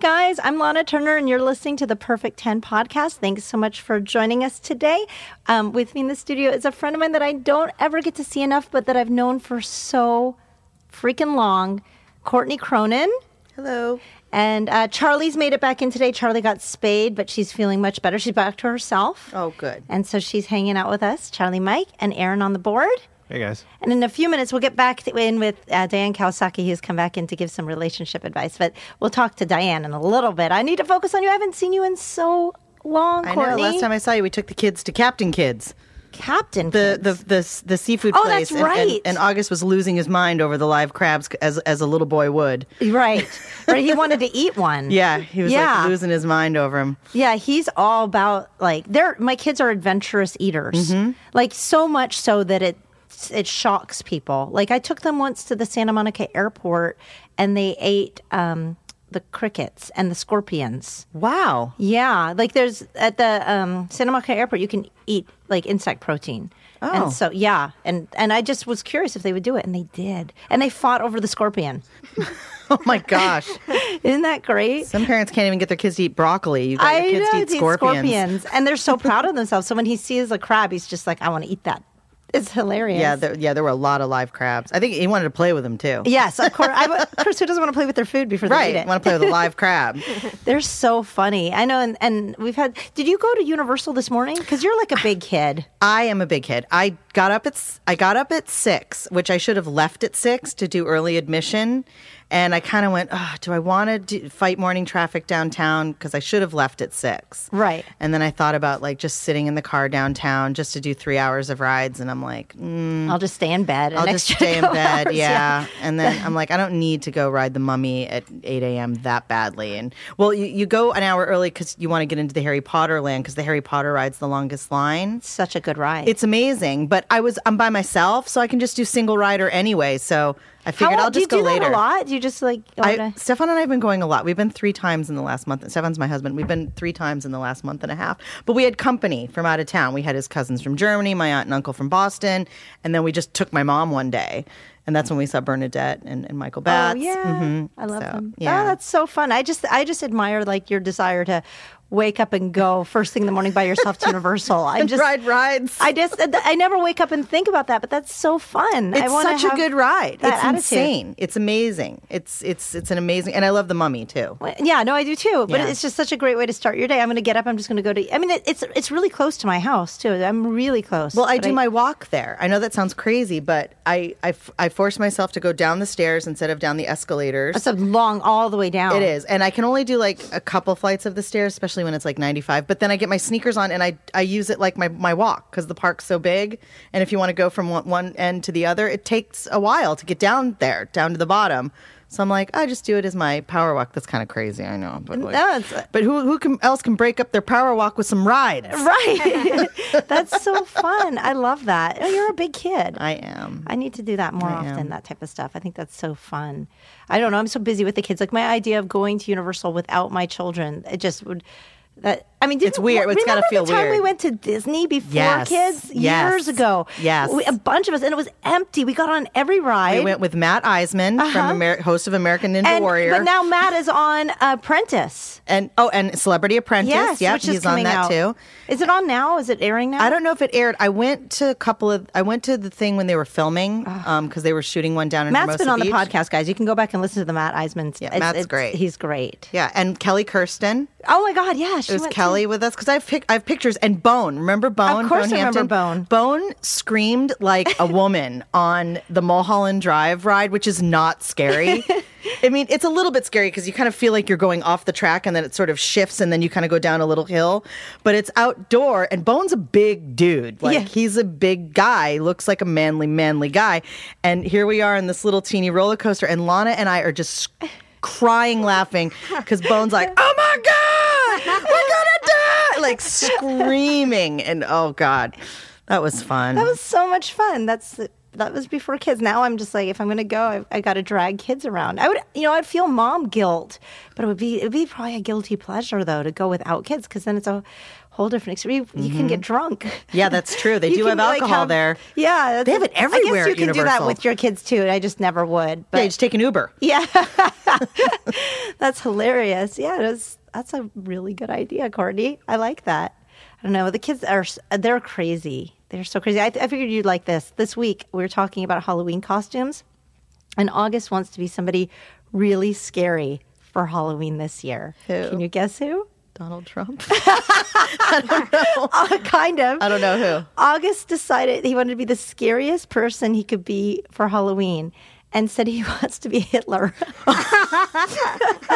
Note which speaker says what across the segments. Speaker 1: guys. I'm Lana Turner, and you're listening to the Perfect 10 podcast. Thanks so much for joining us today. Um, with me in the studio is a friend of mine that I don't ever get to see enough, but that I've known for so freaking long Courtney Cronin.
Speaker 2: Hello.
Speaker 1: And uh, Charlie's made it back in today. Charlie got spayed, but she's feeling much better. She's back to herself.
Speaker 2: Oh, good.
Speaker 1: And so she's hanging out with us, Charlie Mike, and Aaron on the board.
Speaker 3: Hey guys.
Speaker 1: And in a few minutes, we'll get back to- in with uh, Diane Kawasaki, who's come back in to give some relationship advice. But we'll talk to Diane in a little bit. I need to focus on you. I haven't seen you in so long,
Speaker 2: I
Speaker 1: Courtney.
Speaker 2: know. Last time I saw you, we took the kids to Captain Kids,
Speaker 1: Captain.
Speaker 2: the
Speaker 1: Kids.
Speaker 2: the the, the seafood
Speaker 1: Oh, that's
Speaker 2: place. and- and,
Speaker 1: right.
Speaker 2: and August was losing his mind over the live crabs c- as as a little boy would.
Speaker 1: right, right. He wanted to eat one.
Speaker 2: Yeah, he was
Speaker 1: Yeah.
Speaker 2: like losing his mind over him.
Speaker 1: Yeah, he's all about like they're my kids are adventurous eaters.
Speaker 2: Mm-hmm.
Speaker 1: Like so much so that it it shocks people. Like I took them once to the Santa Monica airport and they ate um the crickets and the scorpions.
Speaker 2: Wow.
Speaker 1: Yeah, like there's at the um, Santa Monica Airport, you can eat like insect protein.
Speaker 2: Oh.
Speaker 1: And so yeah, and and I just was curious if they would do it, and they did, and they fought over the scorpion.
Speaker 2: Oh my gosh.
Speaker 1: Isn't that great?
Speaker 2: Some parents can't even get their kids to eat broccoli. You got your kids to eat
Speaker 1: it's
Speaker 2: scorpions.
Speaker 1: and they're so proud of themselves. So when he sees a crab, he's just like, "I want to eat that." It's hilarious.
Speaker 2: Yeah, there, yeah, there were a lot of live crabs. I think he wanted to play with them too.
Speaker 1: yes, of course. I, of course, who doesn't want to play with their food before they eat
Speaker 2: Right.
Speaker 1: it?
Speaker 2: Want to play with a live crab.
Speaker 1: They're so funny. I know, and, and we've had. Did you go to Universal this morning? Because you're like a big kid.
Speaker 2: I am a big kid. I got up at s- I got up at six, which I should have left at six to do early admission, and I kind of went, oh, "Do I want to fight morning traffic downtown?" Because I should have left at six,
Speaker 1: Right.
Speaker 2: And then I thought about like just sitting in the car downtown just to do three hours of rides, and I'm like, mm,
Speaker 1: I'll just stay in bed. and
Speaker 2: "I'll just
Speaker 1: extra
Speaker 2: stay in
Speaker 1: couple
Speaker 2: bed,
Speaker 1: hours,
Speaker 2: yeah. And then I'm like, I don't need to go ride the mummy at 8 a.m. that badly. And well, you, you go an hour early because you want to get into the Harry Potter land because the Harry Potter ride's the longest line.
Speaker 1: Such a good ride.
Speaker 2: It's amazing, but I was I'm by myself, so I can just do single rider anyway. So I figured
Speaker 1: How,
Speaker 2: I'll
Speaker 1: do you
Speaker 2: just
Speaker 1: do
Speaker 2: go
Speaker 1: that
Speaker 2: later.
Speaker 1: a lot? Do you just like
Speaker 2: I,
Speaker 1: wanna-
Speaker 2: Stefan and I have been going a lot. We've been three times in the last month. Stefan's my husband. We've been three times in the last month and a half. But we had company from out of town. We had his cousins from Germany, my aunt and uncle from Boston, and then we just took my mom one day, and that's when we saw Bernadette and, and Michael Batts.
Speaker 1: Oh yeah,
Speaker 2: Mhm.
Speaker 1: I love
Speaker 2: So,
Speaker 1: them.
Speaker 2: yeah.
Speaker 1: Oh, that's so fun. I just I just admire like your desire to wake up and go first thing in the morning by yourself to Universal. I'm just
Speaker 2: ride rides.
Speaker 1: I just uh, I never wake up and think about that, but that's so fun. I
Speaker 2: It's
Speaker 1: wanna
Speaker 2: such a
Speaker 1: have
Speaker 2: good ride.
Speaker 1: that
Speaker 2: It's
Speaker 1: attitude.
Speaker 2: insane. It's amazing. It's it's it's an amazing, and I love the Mummy too.
Speaker 1: Well, Yeah, no, I do too. But
Speaker 2: Yeah.
Speaker 1: it's just such a great way to start your day. I'm going to get up. I'm just going to go to. I mean, it, it's it's really close to my house too. I'm really close.
Speaker 2: Well, I
Speaker 1: But
Speaker 2: do my walk there. I know that sounds crazy, but I, I, f- I force myself to go down the stairs instead of down the escalators.
Speaker 1: It's a long all the way down.
Speaker 2: It is. And I can only do like a couple flights of the stairs, especially when it's like 95. But then I get my sneakers on and I, I use it like my, my walk because the park's so big. And if you want to go from one, one end to the other, it takes a while to get down there, down to the bottom. So I'm like, I just do it as my power walk. That's kind of crazy, I know. But, like,
Speaker 1: No, it's-
Speaker 2: but who, who can, else can break up their power walk with some rides?
Speaker 1: right. that's so fun. I love that. Oh, you're a big kid.
Speaker 2: I am.
Speaker 1: I need to do that more
Speaker 2: I
Speaker 1: often,
Speaker 2: am.
Speaker 1: that type of stuff. I think that's so fun. I don't know. I'm so busy with the kids. Like my idea of going to Universal without my children, it just would. That I mean, didn't,
Speaker 2: It's weird. It's gotta
Speaker 1: remember
Speaker 2: feel
Speaker 1: the time we
Speaker 2: weird.
Speaker 1: went to Disney before
Speaker 2: Yes.
Speaker 1: kids
Speaker 2: Yes.
Speaker 1: years ago.
Speaker 2: Yes.
Speaker 1: we, a bunch of us, and it was empty. We got on every ride.
Speaker 2: I went with Matt Eisman from Amer- host of American Ninja
Speaker 1: Uh-huh. and,
Speaker 2: Warrior,
Speaker 1: But now Matt is on Apprentice.
Speaker 2: and oh, and Celebrity Apprentice.
Speaker 1: Yes,
Speaker 2: yep,
Speaker 1: which
Speaker 2: he's
Speaker 1: is
Speaker 2: on
Speaker 1: coming
Speaker 2: that
Speaker 1: out.
Speaker 2: too.
Speaker 1: Is it on now? Is it airing now?
Speaker 2: I don't know if it aired. I went to a couple of. I went to the thing when they were filming, um, because they were shooting one down in
Speaker 1: Matt's
Speaker 2: Hermosa
Speaker 1: been on the
Speaker 2: Beach.
Speaker 1: podcast, guys. You can go back and listen to the Matt Eisman.
Speaker 2: Yeah, Matt's great.
Speaker 1: He's great.
Speaker 2: Yeah, and Kelly Kirsten.
Speaker 1: Oh my God, yeah, she
Speaker 2: It was
Speaker 1: went to-
Speaker 2: Kelly with us because I've pic- I've pictures and Bone. Remember Bone?
Speaker 1: Of course
Speaker 2: Bone
Speaker 1: I remember
Speaker 2: Hampton?
Speaker 1: Bone.
Speaker 2: Bone screamed like a woman on the Mulholland Drive ride, which is not scary. I mean, it's a little bit scary because you kind of feel like you're going off the track and then it sort of shifts and then you kind of go down a little hill. But it's outdoor and Bone's a big dude. Like
Speaker 1: Yeah.
Speaker 2: he's a big guy, looks like a manly, manly guy. And here we are in this little teeny roller coaster, and Lana and I are just crying, laughing because Bone's like, "Oh my god, we're gonna die!" Like screaming, and oh god, that was fun.
Speaker 1: That was so much fun. That's that was before kids. Now I'm just like, if I'm gonna go, I, I got to drag kids around. I would, you know, I'd feel mom guilt, but it would be it would be probably a guilty pleasure though to go without kids because then it's a whole different experience. You, you can get drunk.
Speaker 2: Yeah, that's true. Mm-hmm. They
Speaker 1: You
Speaker 2: do
Speaker 1: can,
Speaker 2: have
Speaker 1: like,
Speaker 2: alcohol
Speaker 1: have-
Speaker 2: there.
Speaker 1: Yeah,
Speaker 2: They have it everywhere
Speaker 1: I guess you
Speaker 2: at
Speaker 1: can do that
Speaker 2: Universal.
Speaker 1: with your kids too, and I just never would. But
Speaker 2: Yeah, you just take an Uber.
Speaker 1: yeah, that's hilarious. Yeah, that's that's a really good idea, Courtney. I like that. I don't know. The kids are s- they're crazy. They're so crazy. I, I figured you'd like this. This week we were talking about Halloween costumes, and August wants to be somebody really scary for Halloween this year.
Speaker 2: Who?
Speaker 1: Can you guess who?
Speaker 2: Donald Trump.
Speaker 1: Uh, kind of.
Speaker 2: I don't know who.
Speaker 1: August decided he wanted to be the scariest person he could be for Halloween, and said he wants to be Hitler.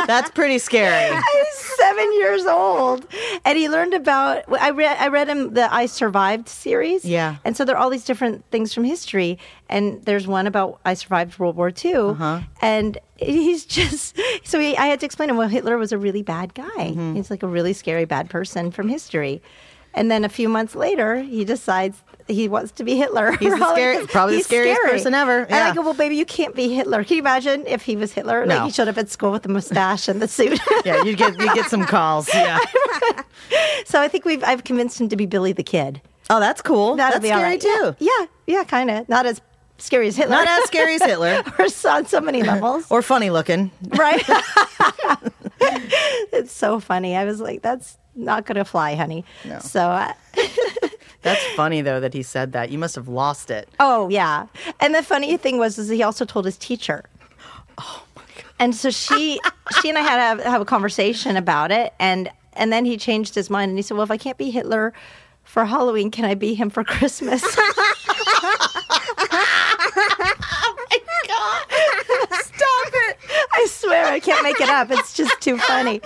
Speaker 2: That's pretty scary.
Speaker 1: He's seven years old, and he learned about. I read. I read him the "I Survived" series.
Speaker 2: Yeah.
Speaker 1: and so there are all these different things from history, and there's one about I survived World War II,
Speaker 2: Uh-huh.
Speaker 1: and he's just. So he, I had to explain to him. Well, Hitler was a really bad guy.
Speaker 2: Mm-hmm.
Speaker 1: He's like a really scary bad person from history, and then a few months later, he decides. He wants to be Hitler.
Speaker 2: He's the scary- probably the scariest person ever.
Speaker 1: And I
Speaker 2: Yeah.
Speaker 1: go, well, baby, you can't be Hitler. Can you imagine if he was Hitler? Like
Speaker 2: No.
Speaker 1: he showed up at school with the mustache and the suit.
Speaker 2: Yeah, you get you get some calls. Yeah.
Speaker 1: So I think we've I've convinced him to be Billy the Kid.
Speaker 2: Oh, that's cool.
Speaker 1: That'll
Speaker 2: that's
Speaker 1: be all
Speaker 2: scary
Speaker 1: right.
Speaker 2: too.
Speaker 1: Yeah, yeah, kind of. Not as scary as Hitler.
Speaker 2: Not as scary as Hitler
Speaker 1: or so- on so many levels,
Speaker 2: or funny looking.
Speaker 1: right? it's so funny. I was like, that's not gonna fly, honey.
Speaker 2: No.
Speaker 1: So, uh, I,
Speaker 2: That's funny though that he said that. You must have lost it.
Speaker 1: oh yeah. And the funny thing was, is he also told his teacher. And so she, she and I had to have a conversation about it, and and then he changed his mind, and he said, "Well, if I can't be Hitler for Halloween, can I be him for Christmas?"
Speaker 2: Stop it.
Speaker 1: I swear I can't make it up. It's just too funny.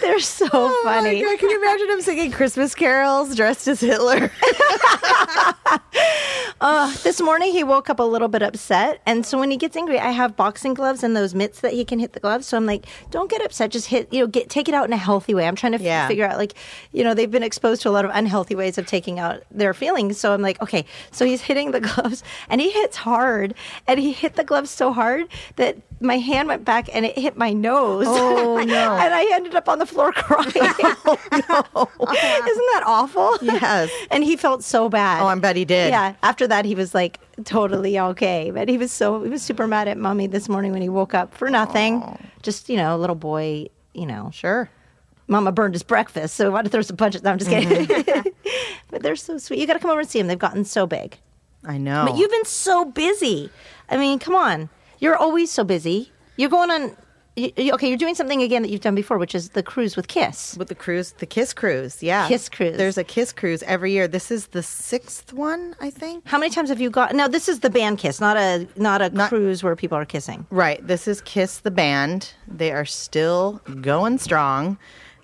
Speaker 1: They're so
Speaker 2: Oh
Speaker 1: funny.
Speaker 2: Can you imagine him singing Christmas carols dressed as Hitler?
Speaker 1: This morning he woke up a little bit upset. And so when he gets angry, I have boxing gloves and those mitts that he can hit the gloves. So I'm like, don't get upset. Just hit, you know, get take it out in a healthy way. I'm trying to f-
Speaker 2: Yeah.
Speaker 1: figure out, like, you know, they've been exposed to a lot of unhealthy ways of taking out their feelings. So I'm like, okay. So he's hitting the gloves and he hits hard. And he hit the gloves so hard that my hand went back and it hit my nose.
Speaker 2: Oh, no. Oh,
Speaker 1: and I ended up on the floor crying. Isn't that awful?
Speaker 2: Yes.
Speaker 1: and he felt so bad.
Speaker 2: Oh, I bet he did.
Speaker 1: Yeah. After that, he was like totally okay. But he was so he was super mad at mommy this morning when he woke up for nothing. Just you know, little boy. You know,
Speaker 2: Sure.
Speaker 1: mama burned his breakfast, so he wanted to throw some punches. No, I'm just kidding. but they're so sweet. You got to come over and see them. They've gotten so big.
Speaker 2: I know.
Speaker 1: But you've been so busy. I mean, come on. You're always so busy. You're going on. You, you- okay, you're doing something again that you've done before, which is the cruise with Kiss.
Speaker 2: with the cruise, the Kiss Cruise, yeah,
Speaker 1: Kiss Cruise.
Speaker 2: There's a Kiss Cruise every year. This is the sixth one, I think.
Speaker 1: How many times have you got? No, this is the band kiss, not a not a
Speaker 2: Not-
Speaker 1: cruise where people are kissing.
Speaker 2: Right. This is Kiss the band. They are still going strong,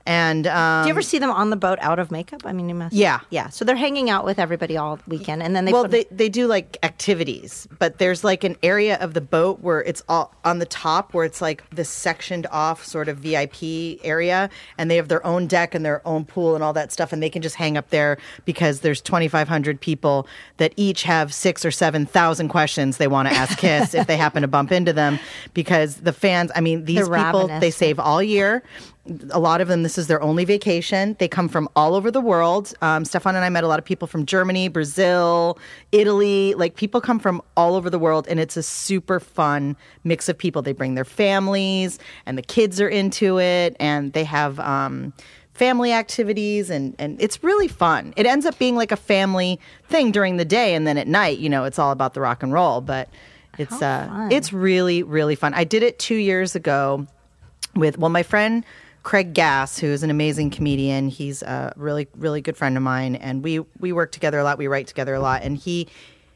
Speaker 2: and um,
Speaker 1: Do you ever see them on the boat out of makeup? I mean, you must.
Speaker 2: Yeah.
Speaker 1: yeah. So they're hanging out with everybody all weekend, and then they
Speaker 2: well,
Speaker 1: put-
Speaker 2: they they do like activities, but there's like an area of the boat where it's all on the top where it's like this sectioned off sort of VIP area, and they have their own deck and their own pool and all that stuff, and they can just hang up there because there's 2,500 people that each have six or seven thousand questions they want to ask Kiss if they happen to bump into them, because the fans, I mean, these
Speaker 1: They're
Speaker 2: people
Speaker 1: ravenous.
Speaker 2: they save all year. A lot of them, this is their only vacation. They come from all over the world. Um, Stefan and I met a lot of people from Germany, Brazil, Italy. Like people come from all over the world, and it's a super fun mix of people. They bring their families, and the kids are into it, and they have. Um, family activities and and it's really fun it ends up being like a family thing during the day and then at night you know it's all about the rock and roll but it's uh it's really really fun i did it two years ago with well my friend Craig Gass, who is an amazing comedian, he's a really really good friend of mine, and we we work together a lot. We write together a lot, and he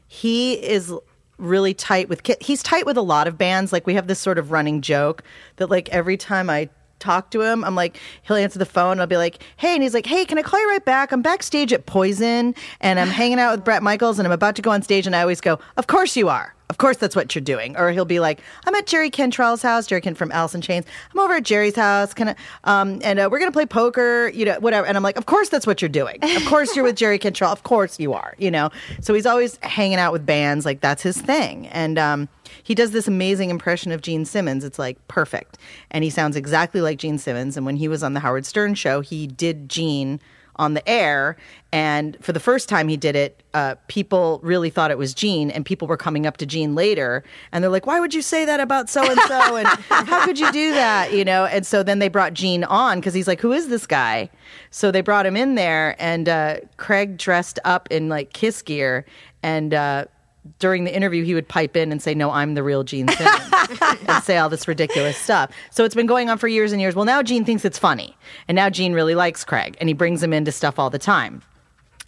Speaker 2: he is really tight with Ki- he's tight with a lot of bands. Like we have this sort of running joke that like every time I talk to him, I'm like he'll answer the phone, and I'll be like, hey, and he's like, hey, can I call you right back? I'm backstage at Poison, and I'm hanging out with Brett Michaels, and I'm about to go on stage, and I always go, of course you are. Of course, that's what you're doing. Or he'll be like, I'm at Jerry Cantrell's house, Jerry Kent from Alice in Chains. I'm over at Jerry's house, kind of, um, and uh, we're going to play poker, you know, whatever. And I'm like, of course, that's what you're doing. Of course, you're with Jerry Cantrell. Of course, you are, you know. So he's always hanging out with bands. Like, that's his thing. And um, he does this amazing impression of Gene Simmons. It's like perfect. And he sounds exactly like Gene Simmons. And when he was on the Howard Stern show, he did Gene on the air. And for the first time he did it, uh, people really thought it was Gene, and people were coming up to Gene later, and they're like, "Why would you say that about so and so? And how could you do that?" You know. And so then they brought Gene on because he's like, "Who is this guy?" So they brought him in there, and uh, Craig dressed up in like Kiss gear, and uh, during the interview, he would pipe in and say, "No, I'm the real Gene Simmons," and say all this ridiculous stuff. So it's been going on for years and years. Well, now Gene thinks it's funny, and now Gene really likes Craig, and he brings him into stuff all the time.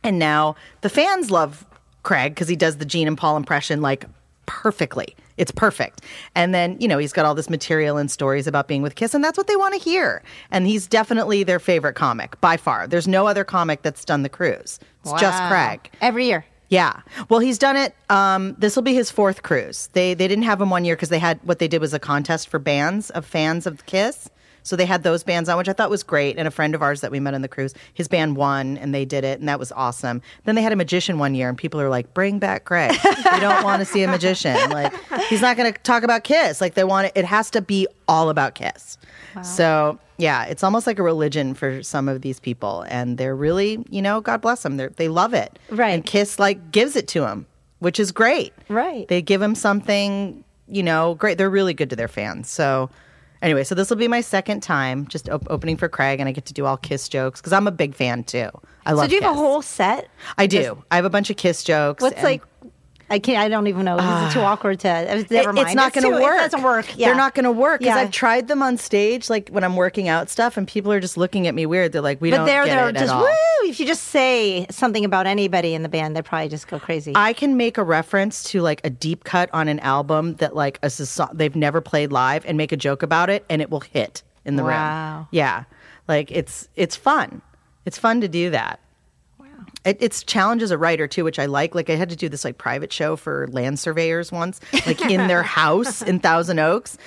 Speaker 2: And now the fans love Craig because he does the Gene and Paul impression like perfectly. It's perfect. And then, you know, he's got all this material and stories about being with Kiss, and that's what they want to hear. And he's definitely their favorite comic by far. There's no other comic that's done the cruise, it's just
Speaker 1: Wow.
Speaker 2: Craig.
Speaker 1: Every year.
Speaker 2: Yeah. Well, he's done it. Um, this will be his fourth cruise. They they didn't have him one year because they had what they did was a contest for bands of fans of Kiss. So they had those bands on, which I thought was great. And a friend of ours that we met on the cruise, his band won, and they did it, and that was awesome. Then they had a magician one year, and people are like, "Bring back Greg. We don't want to see a magician. Like he's not going to talk about Kiss. Like they want it. It has to be all about Kiss. So yeah, it's almost like a religion for some of these people, and they're really, you know, God bless them. They they love it.
Speaker 1: Right.
Speaker 2: And Kiss like gives it to him, which is great.
Speaker 1: Right.
Speaker 2: They give him something, you know, great. They're really good to their fans. So anyway, so this will be my second time just op- opening for Craig, and I get to do all Kiss jokes because I'm a big fan too. I love.
Speaker 1: So do you have a
Speaker 2: Kiss.
Speaker 1: whole set?
Speaker 2: I do. I have a bunch of Kiss jokes.
Speaker 1: What's
Speaker 2: and-
Speaker 1: like? I can't. I don't even know. Is it too awkward to? uh, Never
Speaker 2: Ah. It-
Speaker 1: mind.
Speaker 2: It's not going
Speaker 1: too-
Speaker 2: to work.
Speaker 1: It doesn't work. Yeah.
Speaker 2: They're not going to work because
Speaker 1: Yeah.
Speaker 2: I've tried them on stage, like when I'm working out stuff, and people are just looking at me weird. They're like, "We
Speaker 1: But
Speaker 2: don't
Speaker 1: they're
Speaker 2: get
Speaker 1: they're
Speaker 2: it
Speaker 1: just
Speaker 2: at all."
Speaker 1: woo. If you just say something about anybody in the band, they probably just go crazy.
Speaker 2: I can make a reference to like a deep cut on an album that like a soci- they've never played live and make a joke about it, and it will hit in the
Speaker 1: Wow.
Speaker 2: room. Yeah, like it's it's fun. It's fun to do that. It, it's challenge as a writer too, which I like. Like I had to do this like private show for land surveyors once, like in their house in Thousand Oaks,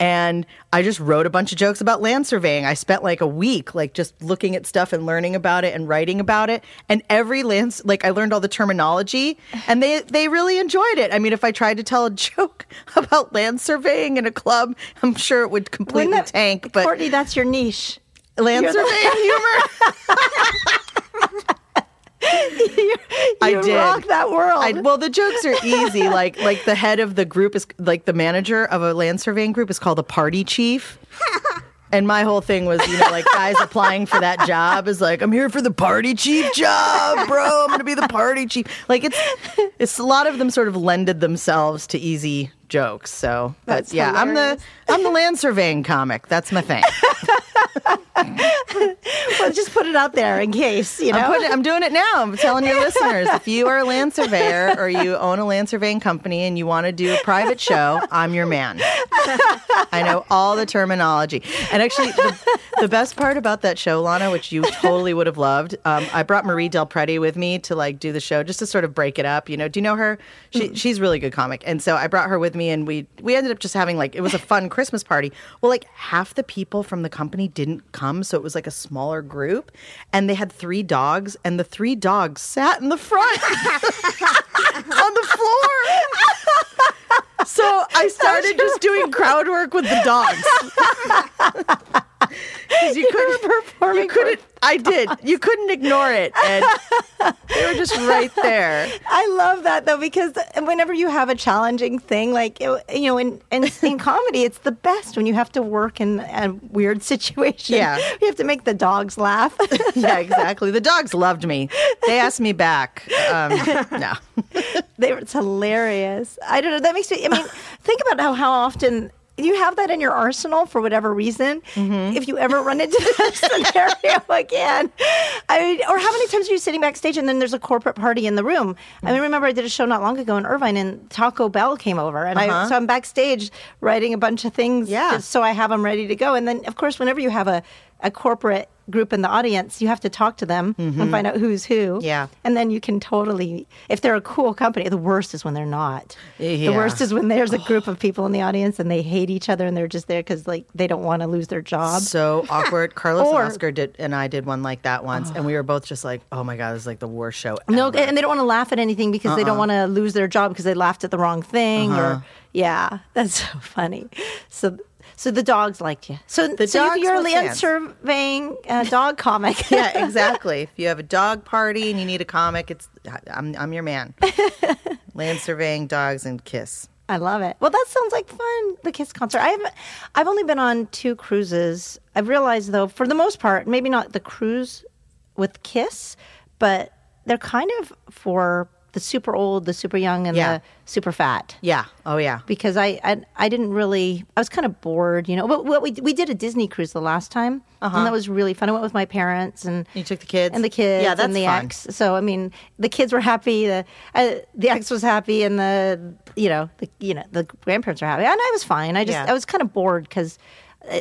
Speaker 2: and I just wrote a bunch of jokes about land surveying. I spent like a week like just looking at stuff and learning about it and writing about it. And every land, like I learned all the terminology, and they they really enjoyed it. I mean, if I tried to tell a joke about land surveying in a club, I'm sure it would completely
Speaker 1: Wouldn't that-
Speaker 2: tank. But
Speaker 1: Courtney, that's your niche.
Speaker 2: land
Speaker 1: You're the-
Speaker 2: surveying humor. I
Speaker 1: You
Speaker 2: did.
Speaker 1: rock that world.
Speaker 2: I, well, the jokes are easy. like like the head of the group is like the manager of a land surveying group is called a party chief. And my whole thing was, you know, like guys applying for that job is like, I'm here for the party chief job, bro. I'm gonna be the party chief. Like it's it's a lot of them sort of lended themselves to easy jokes. So but
Speaker 1: That's
Speaker 2: yeah,
Speaker 1: hilarious.
Speaker 2: I'm the I'm the land surveying comic. That's my thing.
Speaker 1: well, just put it out there in case you know.
Speaker 2: I'm, putting it- I'm doing it now. I'm telling your listeners if you are a land surveyor or you own a land surveying company and you want to do a private show, I'm your man. I know all the terminology. And actually, the, the best part about that show, Lana, which you totally would have loved, um, I brought Marie Del Preti with me to like do the show just to sort of break it up. You know, do you know her? She, She's a really good comic. And so I brought her with me and we, we ended up just having like, it was a fun Christmas party. Well, like half the people from the company didn't come. So it was like a smaller group. And they had three dogs and the three dogs sat in the front on the floor. So I started just doing crowd work with the dogs. 'Cause you couldn't You couldn't. I did. You couldn't ignore it, and they were just right there.
Speaker 1: I love that though because whenever you have a challenging thing, like it, you know, in, in in comedy, it's the best when you have to work in a weird situation.
Speaker 2: Yeah.
Speaker 1: you have to make the dogs laugh.
Speaker 2: Yeah, exactly. The dogs loved me. They asked me back. Um, no,
Speaker 1: they, were- it's hilarious. I don't know. That makes me. I mean, think about how how often. You have that in your arsenal for whatever reason. If you ever run into that scenario again, I mean, or how many times are you sitting backstage and then there's a corporate party in the room? I mean, remember I did a show not long ago in Irvine and Taco Bell came over, and I so I'm backstage writing a bunch of things,
Speaker 2: Yeah.
Speaker 1: just so I have them ready to go. And then, of course, whenever you have a a corporate group in the audience, you have to talk to them and find out who's who.
Speaker 2: Yeah.
Speaker 1: And then you can totally, if they're a cool company, the worst is when they're not. The
Speaker 2: Yeah.
Speaker 1: worst is when there's a group of people in the audience and they hate each other and they're just there because like they don't want to lose their job.
Speaker 2: So awkward. Carlos
Speaker 1: Or-
Speaker 2: and Oscar did, and I did one like that once, and we were both just like, "Oh my god, this is like the worst show."
Speaker 1: No,
Speaker 2: ever."
Speaker 1: and they don't want to laugh at anything because
Speaker 2: Uh-uh.
Speaker 1: they don't want to lose their job because they laughed at the wrong thing.
Speaker 2: Uh-huh.
Speaker 1: Or yeah, that's so funny. So. So the dogs liked you. So,
Speaker 2: The
Speaker 1: so if
Speaker 2: dogs
Speaker 1: you're
Speaker 2: were
Speaker 1: a land
Speaker 2: fans.
Speaker 1: surveying uh, dog comic.
Speaker 2: yeah, exactly. If you have a dog party and you need a comic, it's I'm I'm your man. Land surveying dogs and kiss.
Speaker 1: I love it. Well, that sounds like fun. The Kiss concert. I've I've only been on two cruises. I've realized though, for the most part, maybe not the cruise with Kiss, but they're kind of for the super old, the super young, and
Speaker 2: Yeah.
Speaker 1: the super fat.
Speaker 2: Yeah. Oh yeah.
Speaker 1: because I, I I didn't really I was kind of bored, you know. But what we we did a Disney cruise the last time, and that was really fun. I went with my parents and
Speaker 2: Uh-huh. You took the kids?
Speaker 1: and the kids,
Speaker 2: Yeah, that's
Speaker 1: and the
Speaker 2: fun.
Speaker 1: ex. So I mean, the kids were happy, the uh, the ex was happy, and the you know the you know the grandparents were happy, and I was fine. I just
Speaker 2: Yeah.
Speaker 1: I was kind of bored because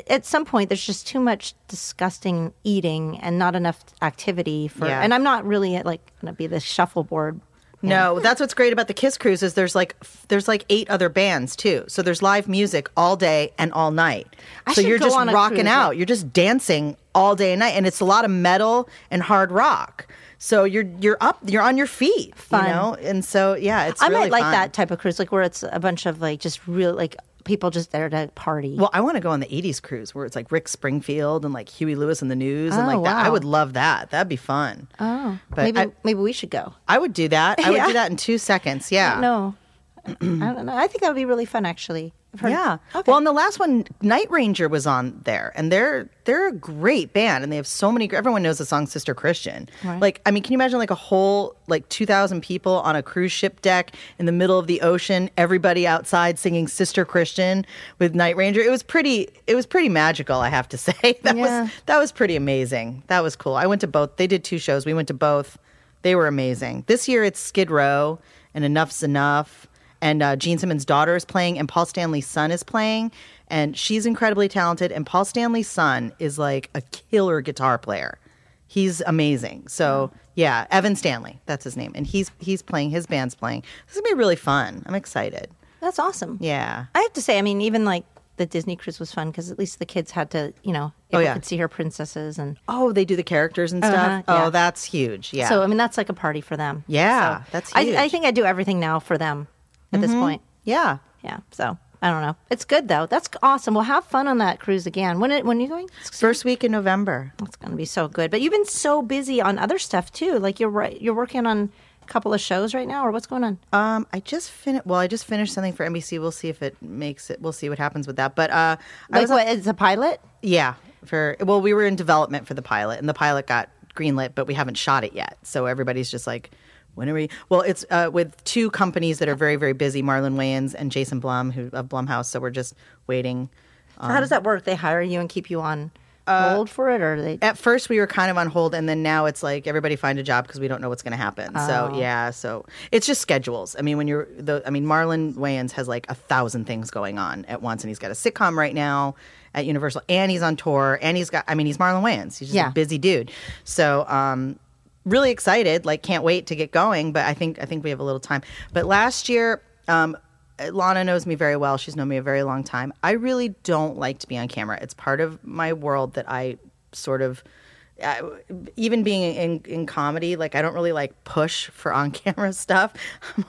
Speaker 1: at some point there's just too much disgusting eating and not enough activity for.
Speaker 2: Yeah.
Speaker 1: And I'm not really like gonna be the shuffleboard.
Speaker 2: No, that's what's great about the Kiss Cruise is there's like f- there's like eight other bands too. So there's live music all day and all night.
Speaker 1: I
Speaker 2: so
Speaker 1: should
Speaker 2: you're
Speaker 1: go
Speaker 2: just
Speaker 1: on a
Speaker 2: rocking
Speaker 1: cruise,
Speaker 2: out. You're just dancing all day and night and it's a lot of metal and hard rock. So you're you're up, you're on your feet,
Speaker 1: Fun.
Speaker 2: you know? And so yeah, it's
Speaker 1: I
Speaker 2: really
Speaker 1: might like
Speaker 2: fun.
Speaker 1: that type of cruise, like where it's a bunch of like just real like people just there to party.
Speaker 2: Well, I want to go on the 80s cruise where it's like Rick Springfield and like Huey Lewis and the News and
Speaker 1: Oh,
Speaker 2: like that. I
Speaker 1: wow.
Speaker 2: would love that. That'd be fun.
Speaker 1: oh,
Speaker 2: but
Speaker 1: maybe
Speaker 2: I-
Speaker 1: maybe we should go.
Speaker 2: I would do that. I
Speaker 1: Yeah.
Speaker 2: would do that in 2 seconds. Yeah.
Speaker 1: No, I don't know. I think that would be really fun, actually. I've heard-
Speaker 2: Yeah.
Speaker 1: Okay.
Speaker 2: Well, and the last one, Night Ranger was on there, and they're they're a great band, and they have so many. Everyone knows the song Sister Christian.
Speaker 1: Right.
Speaker 2: Like, I mean, can you imagine like a whole like two thousand people on a cruise ship deck in the middle of the ocean, everybody outside singing Sister Christian with Night Ranger? It was pretty. It was pretty magical, I have to say. That
Speaker 1: Yeah.
Speaker 2: was that was pretty amazing. That was cool. I went to both. They did two shows. We went to both. They were amazing. This year it's Skid Row and Enough's Enough. And uh, Gene Simmons' daughter is playing, and Paul Stanley's son is playing. And she's incredibly talented. And Paul Stanley's son is like a killer guitar player. He's amazing. So yeah, Evan Stanley, that's his name. And he's he's playing, his band's playing. This is gonna be really fun. I'm excited.
Speaker 1: that's awesome.
Speaker 2: Yeah.
Speaker 1: I have to say, I mean, even like the Disney cruise was fun because at least the kids had to, you know,
Speaker 2: Oh,
Speaker 1: able-
Speaker 2: yeah.
Speaker 1: could see her princesses, and
Speaker 2: Oh, they do the characters and stuff.
Speaker 1: Uh-huh, yeah.
Speaker 2: Oh, that's huge. Yeah.
Speaker 1: so I mean, that's like a party for them.
Speaker 2: Yeah,
Speaker 1: So
Speaker 2: that's huge.
Speaker 1: I, I think I do everything now for them at this point.
Speaker 2: yeah.
Speaker 1: Yeah, so. I don't know. It's good though. That's awesome. Well, have fun on that cruise again. When it, when are you going?
Speaker 2: First week in November.
Speaker 1: It's going to be so good. But you've been so busy on other stuff too. Like you're right, you're working on a couple of shows right now, or what's going on?
Speaker 2: Um, I just finished. Well, I just finished something for NBC. We'll see if it makes it. We'll see what happens with that. But uh, I
Speaker 1: Like
Speaker 2: was on-
Speaker 1: what? It's a pilot.
Speaker 2: yeah. For well, we were in development for the pilot, and the pilot got greenlit, but we haven't shot it yet. So everybody's just like, when are we? Well, it's uh, with two companies that are very very busy: Marlon Wayans and Jason Blum, who of Blumhouse. So we're just waiting.
Speaker 1: How does that work? They hire you and keep you on hold for it, or they?
Speaker 2: At first, we were kind of on hold, and then now it's like everybody find a job because we don't know what's going to happen. So yeah, so it's just schedules. I mean, when you're the, I mean, Marlon Wayans has like a thousand things going on at once, and he's got a sitcom right now at Universal, and he's on tour, and he's got, I mean, he's Marlon Wayans. He's just
Speaker 1: Yeah.
Speaker 2: a busy dude. So um, really excited, like can't wait to get going. But I think I think we have a little time. But last year. Um, Lana knows me very well. She's known me a very long time. I really don't like to be on camera. It's part of my world that I sort of I- Uh, even being in, in comedy, like I don't really like push for on camera stuff.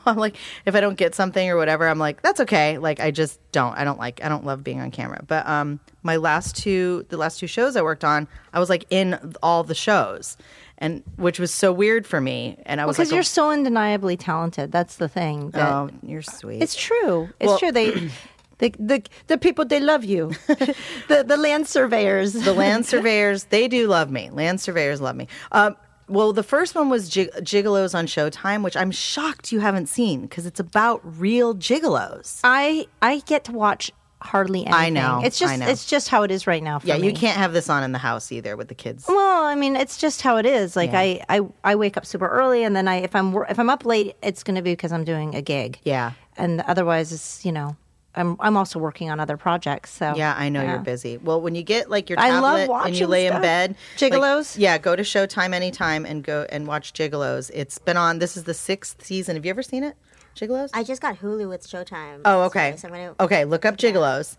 Speaker 2: I'm like, if I don't get something or whatever, I'm like, that's okay. Like I just don't. I don't like. I don't love being on camera. But um, my last two, the last two shows I worked on, I was like in all the shows, and which was so weird for me. And I was
Speaker 1: Because
Speaker 2: like,
Speaker 1: you're so undeniably talented. That's the thing. That
Speaker 2: oh, you're sweet.
Speaker 1: it's true. It's
Speaker 2: Well-
Speaker 1: true. They. The, the, the people they love you the the land surveyors
Speaker 2: the land surveyors they do love me land surveyors love me um, well the first one was Gig- gigolos on showtime which i'm shocked you haven't seen because it's about real gigolos
Speaker 1: i i get to watch hardly anything
Speaker 2: know,
Speaker 1: it's just
Speaker 2: I know.
Speaker 1: it's just how it is right now for
Speaker 2: yeah
Speaker 1: me.
Speaker 2: you can't have this on in the house either with the kids
Speaker 1: Well, I mean, it's just how it is. Like I, I, I wake up super early, and then I, if I'm wor- if I'm up late, it's going to be because I'm doing a gig.
Speaker 2: Yeah.
Speaker 1: And otherwise, it's you know, I'm I'm also working on other projects. So
Speaker 2: Yeah, I know you're busy. Well, when you get like your
Speaker 1: I
Speaker 2: tablet
Speaker 1: love
Speaker 2: and you
Speaker 1: watching
Speaker 2: lay in
Speaker 1: stuff.
Speaker 2: bed,
Speaker 1: Gigolos?
Speaker 2: like, yeah, go to Showtime anytime and go and watch Gigolos. It's been on. This is the sixth season. Have you ever seen it, Gigolos?
Speaker 3: I just got Hulu with Showtime.
Speaker 2: oh, okay.
Speaker 3: So I'm gonna,
Speaker 2: okay, look up Gigolos.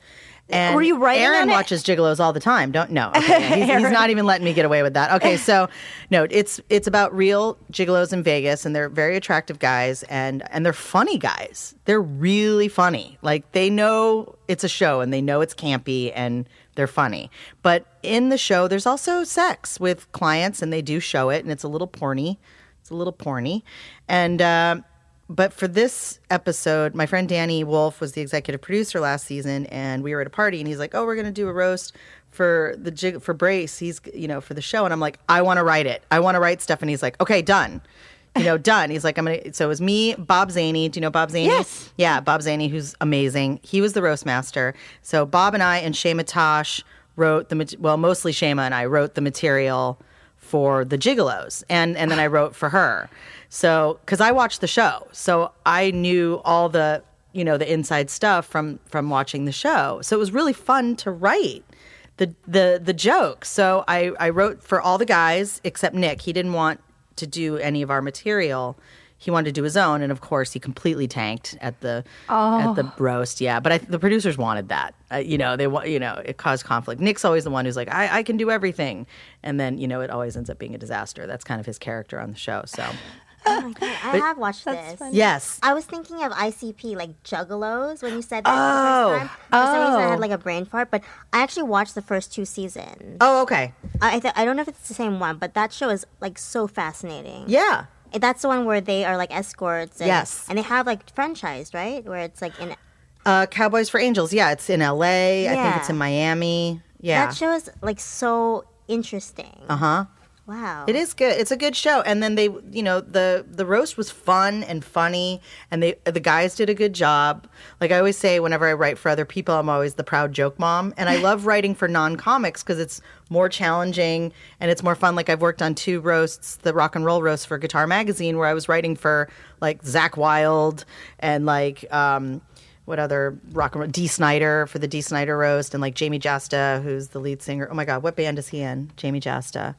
Speaker 2: And
Speaker 1: Were you writing
Speaker 2: Aaron
Speaker 1: on it?
Speaker 2: watches Gigolos all the time. Don't know. Okay, he's, he's not even letting me get away with that. Okay, so no, it's it's about real Gigolos in Vegas, and they're very attractive guys, and and they're funny guys. They're really funny. Like they know it's a show, and they know it's campy, and they're funny. But in the show, there's also sex with clients, and they do show it, and it's a little porny. It's a little porny, and. um but for this episode, my friend Danny Wolf was the executive producer last season, and we were at a party, and he's like, "Oh, we're gonna do a roast for the jig for Brace. He's you know for the show," and I'm like, "I want to write it. I want to write stuff." And he's like, "Okay, done." You know, done. He's like, I'm gonna. So it was me, Bob Zaney. Do you know Bob Zaney?
Speaker 1: Yes.
Speaker 2: Yeah, Bob Zaney, who's amazing. He was the roast master. So Bob and I and Shema Tosh wrote the mat- well, mostly Shema and I wrote the material for the Gigolos, and and then I wrote for her. So because I watched the show, so I knew all the you know the inside stuff from from watching the show. So it was really fun to write the the the joke. So I I wrote for all the guys except Nick. He didn't want to do any of our material. He wanted to do his own, and of course, he completely tanked at the at
Speaker 3: Oh.
Speaker 2: the roast. Yeah, but I, the producers wanted that. Uh, you know, they wa- you know it caused conflict. Nick's always the one who's like, I, I can do everything, and then you know it always ends up being a disaster. That's kind of his character on the show. So
Speaker 3: oh my God, I have watched this.
Speaker 2: yes,
Speaker 3: I was thinking of ICP, like Juggalos, when you said that oh, the first time. For some reason, I
Speaker 2: Oh.
Speaker 3: had like a brain fart, but I actually watched the first two seasons.
Speaker 2: oh okay,
Speaker 3: I, I, th- I don't know if it's the same one, but that show is like so fascinating.
Speaker 2: yeah,
Speaker 3: That's the one where they are like escorts. And,
Speaker 2: Yes.
Speaker 3: And they have like franchised, right? Where it's like in.
Speaker 2: uh, Cowboys for Angels. Yeah, it's in L.A. I think
Speaker 3: Yeah.
Speaker 2: it's in Miami. Yeah, Uh-huh.
Speaker 3: That show is like so interesting. Uh huh. Wow.
Speaker 2: It is good. It's a good show. And then they, you know, the the roast was fun and funny, and they the guys did a good job. Like I always say, whenever I write for other people, I'm always the proud joke mom, and I love writing for non comics because it's more challenging and it's more fun. Like I've worked on two roasts, the rock and roll roast for Guitar Magazine, where I was writing for like Zach Wilde and like. um what other rock and roll? D. Snyder for the D. Snyder roast, and like Jamie Jasta, who's the lead singer. Oh my God, what band is he in? Jamie Jasta.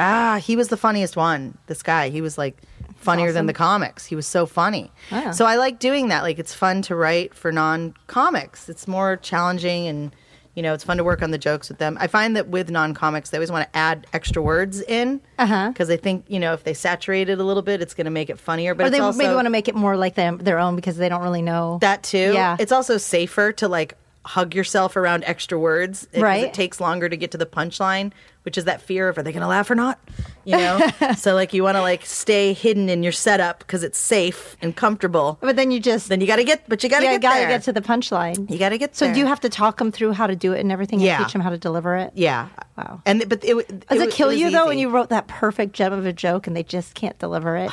Speaker 2: Ah, he was the funniest one. This guy, he was like funnier than the comics. He was so funny.
Speaker 1: Oh,
Speaker 2: So I like doing that. Like it's fun to write for non-comics. It's more challenging and you know, it's fun to work on the jokes with them. I find that with non-comics, they always want to add extra words in because
Speaker 1: Uh-huh.
Speaker 2: they think, you know, if they saturate it a little bit, it's going to make it funnier. But
Speaker 1: Or
Speaker 2: it's
Speaker 1: they
Speaker 2: also,
Speaker 1: maybe want to make it more like them their own because they don't really know
Speaker 2: that too.
Speaker 1: Yeah.
Speaker 2: It's also safer to like hug yourself around extra words. It, 'cause It
Speaker 1: Right.
Speaker 2: takes longer to get to the punchline, which is that fear of are they going to laugh or not? You know? so like you want to like stay hidden in your setup because it's safe and comfortable.
Speaker 1: But then you just
Speaker 2: Then you got to get, but you got to
Speaker 1: yeah,
Speaker 2: get
Speaker 1: gotta
Speaker 2: there.
Speaker 1: get to the punchline.
Speaker 2: you got to get
Speaker 1: So
Speaker 2: there.
Speaker 1: do you have to talk them through how to do it and everything,
Speaker 2: Yeah.
Speaker 1: and teach them how to deliver it?
Speaker 2: Yeah.
Speaker 1: Wow.
Speaker 2: And th- but it, it,
Speaker 1: Does it,
Speaker 2: it
Speaker 1: kill
Speaker 2: was
Speaker 1: you though
Speaker 2: easy.
Speaker 1: when you wrote that perfect gem of a joke and they just can't deliver it?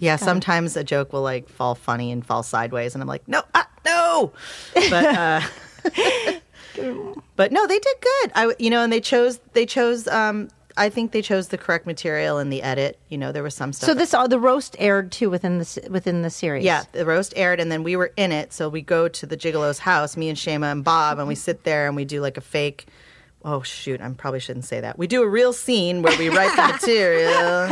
Speaker 2: Yeah, sometimes a joke will like fall funny and fall sideways, and I'm like, no, ah, no. But uh, but no, they did good. I you know, and they chose they chose. Um, I think they chose the correct material in the edit. You know, there was some stuff.
Speaker 1: So this all the roast aired too within the se- within the series.
Speaker 2: yeah, the roast aired, and then we were in it. So we go to the Gigolo's house, me and Shema and Bob, and we sit there and we do like a fake. Oh shoot! I probably shouldn't say that. We do a real scene where we write the material,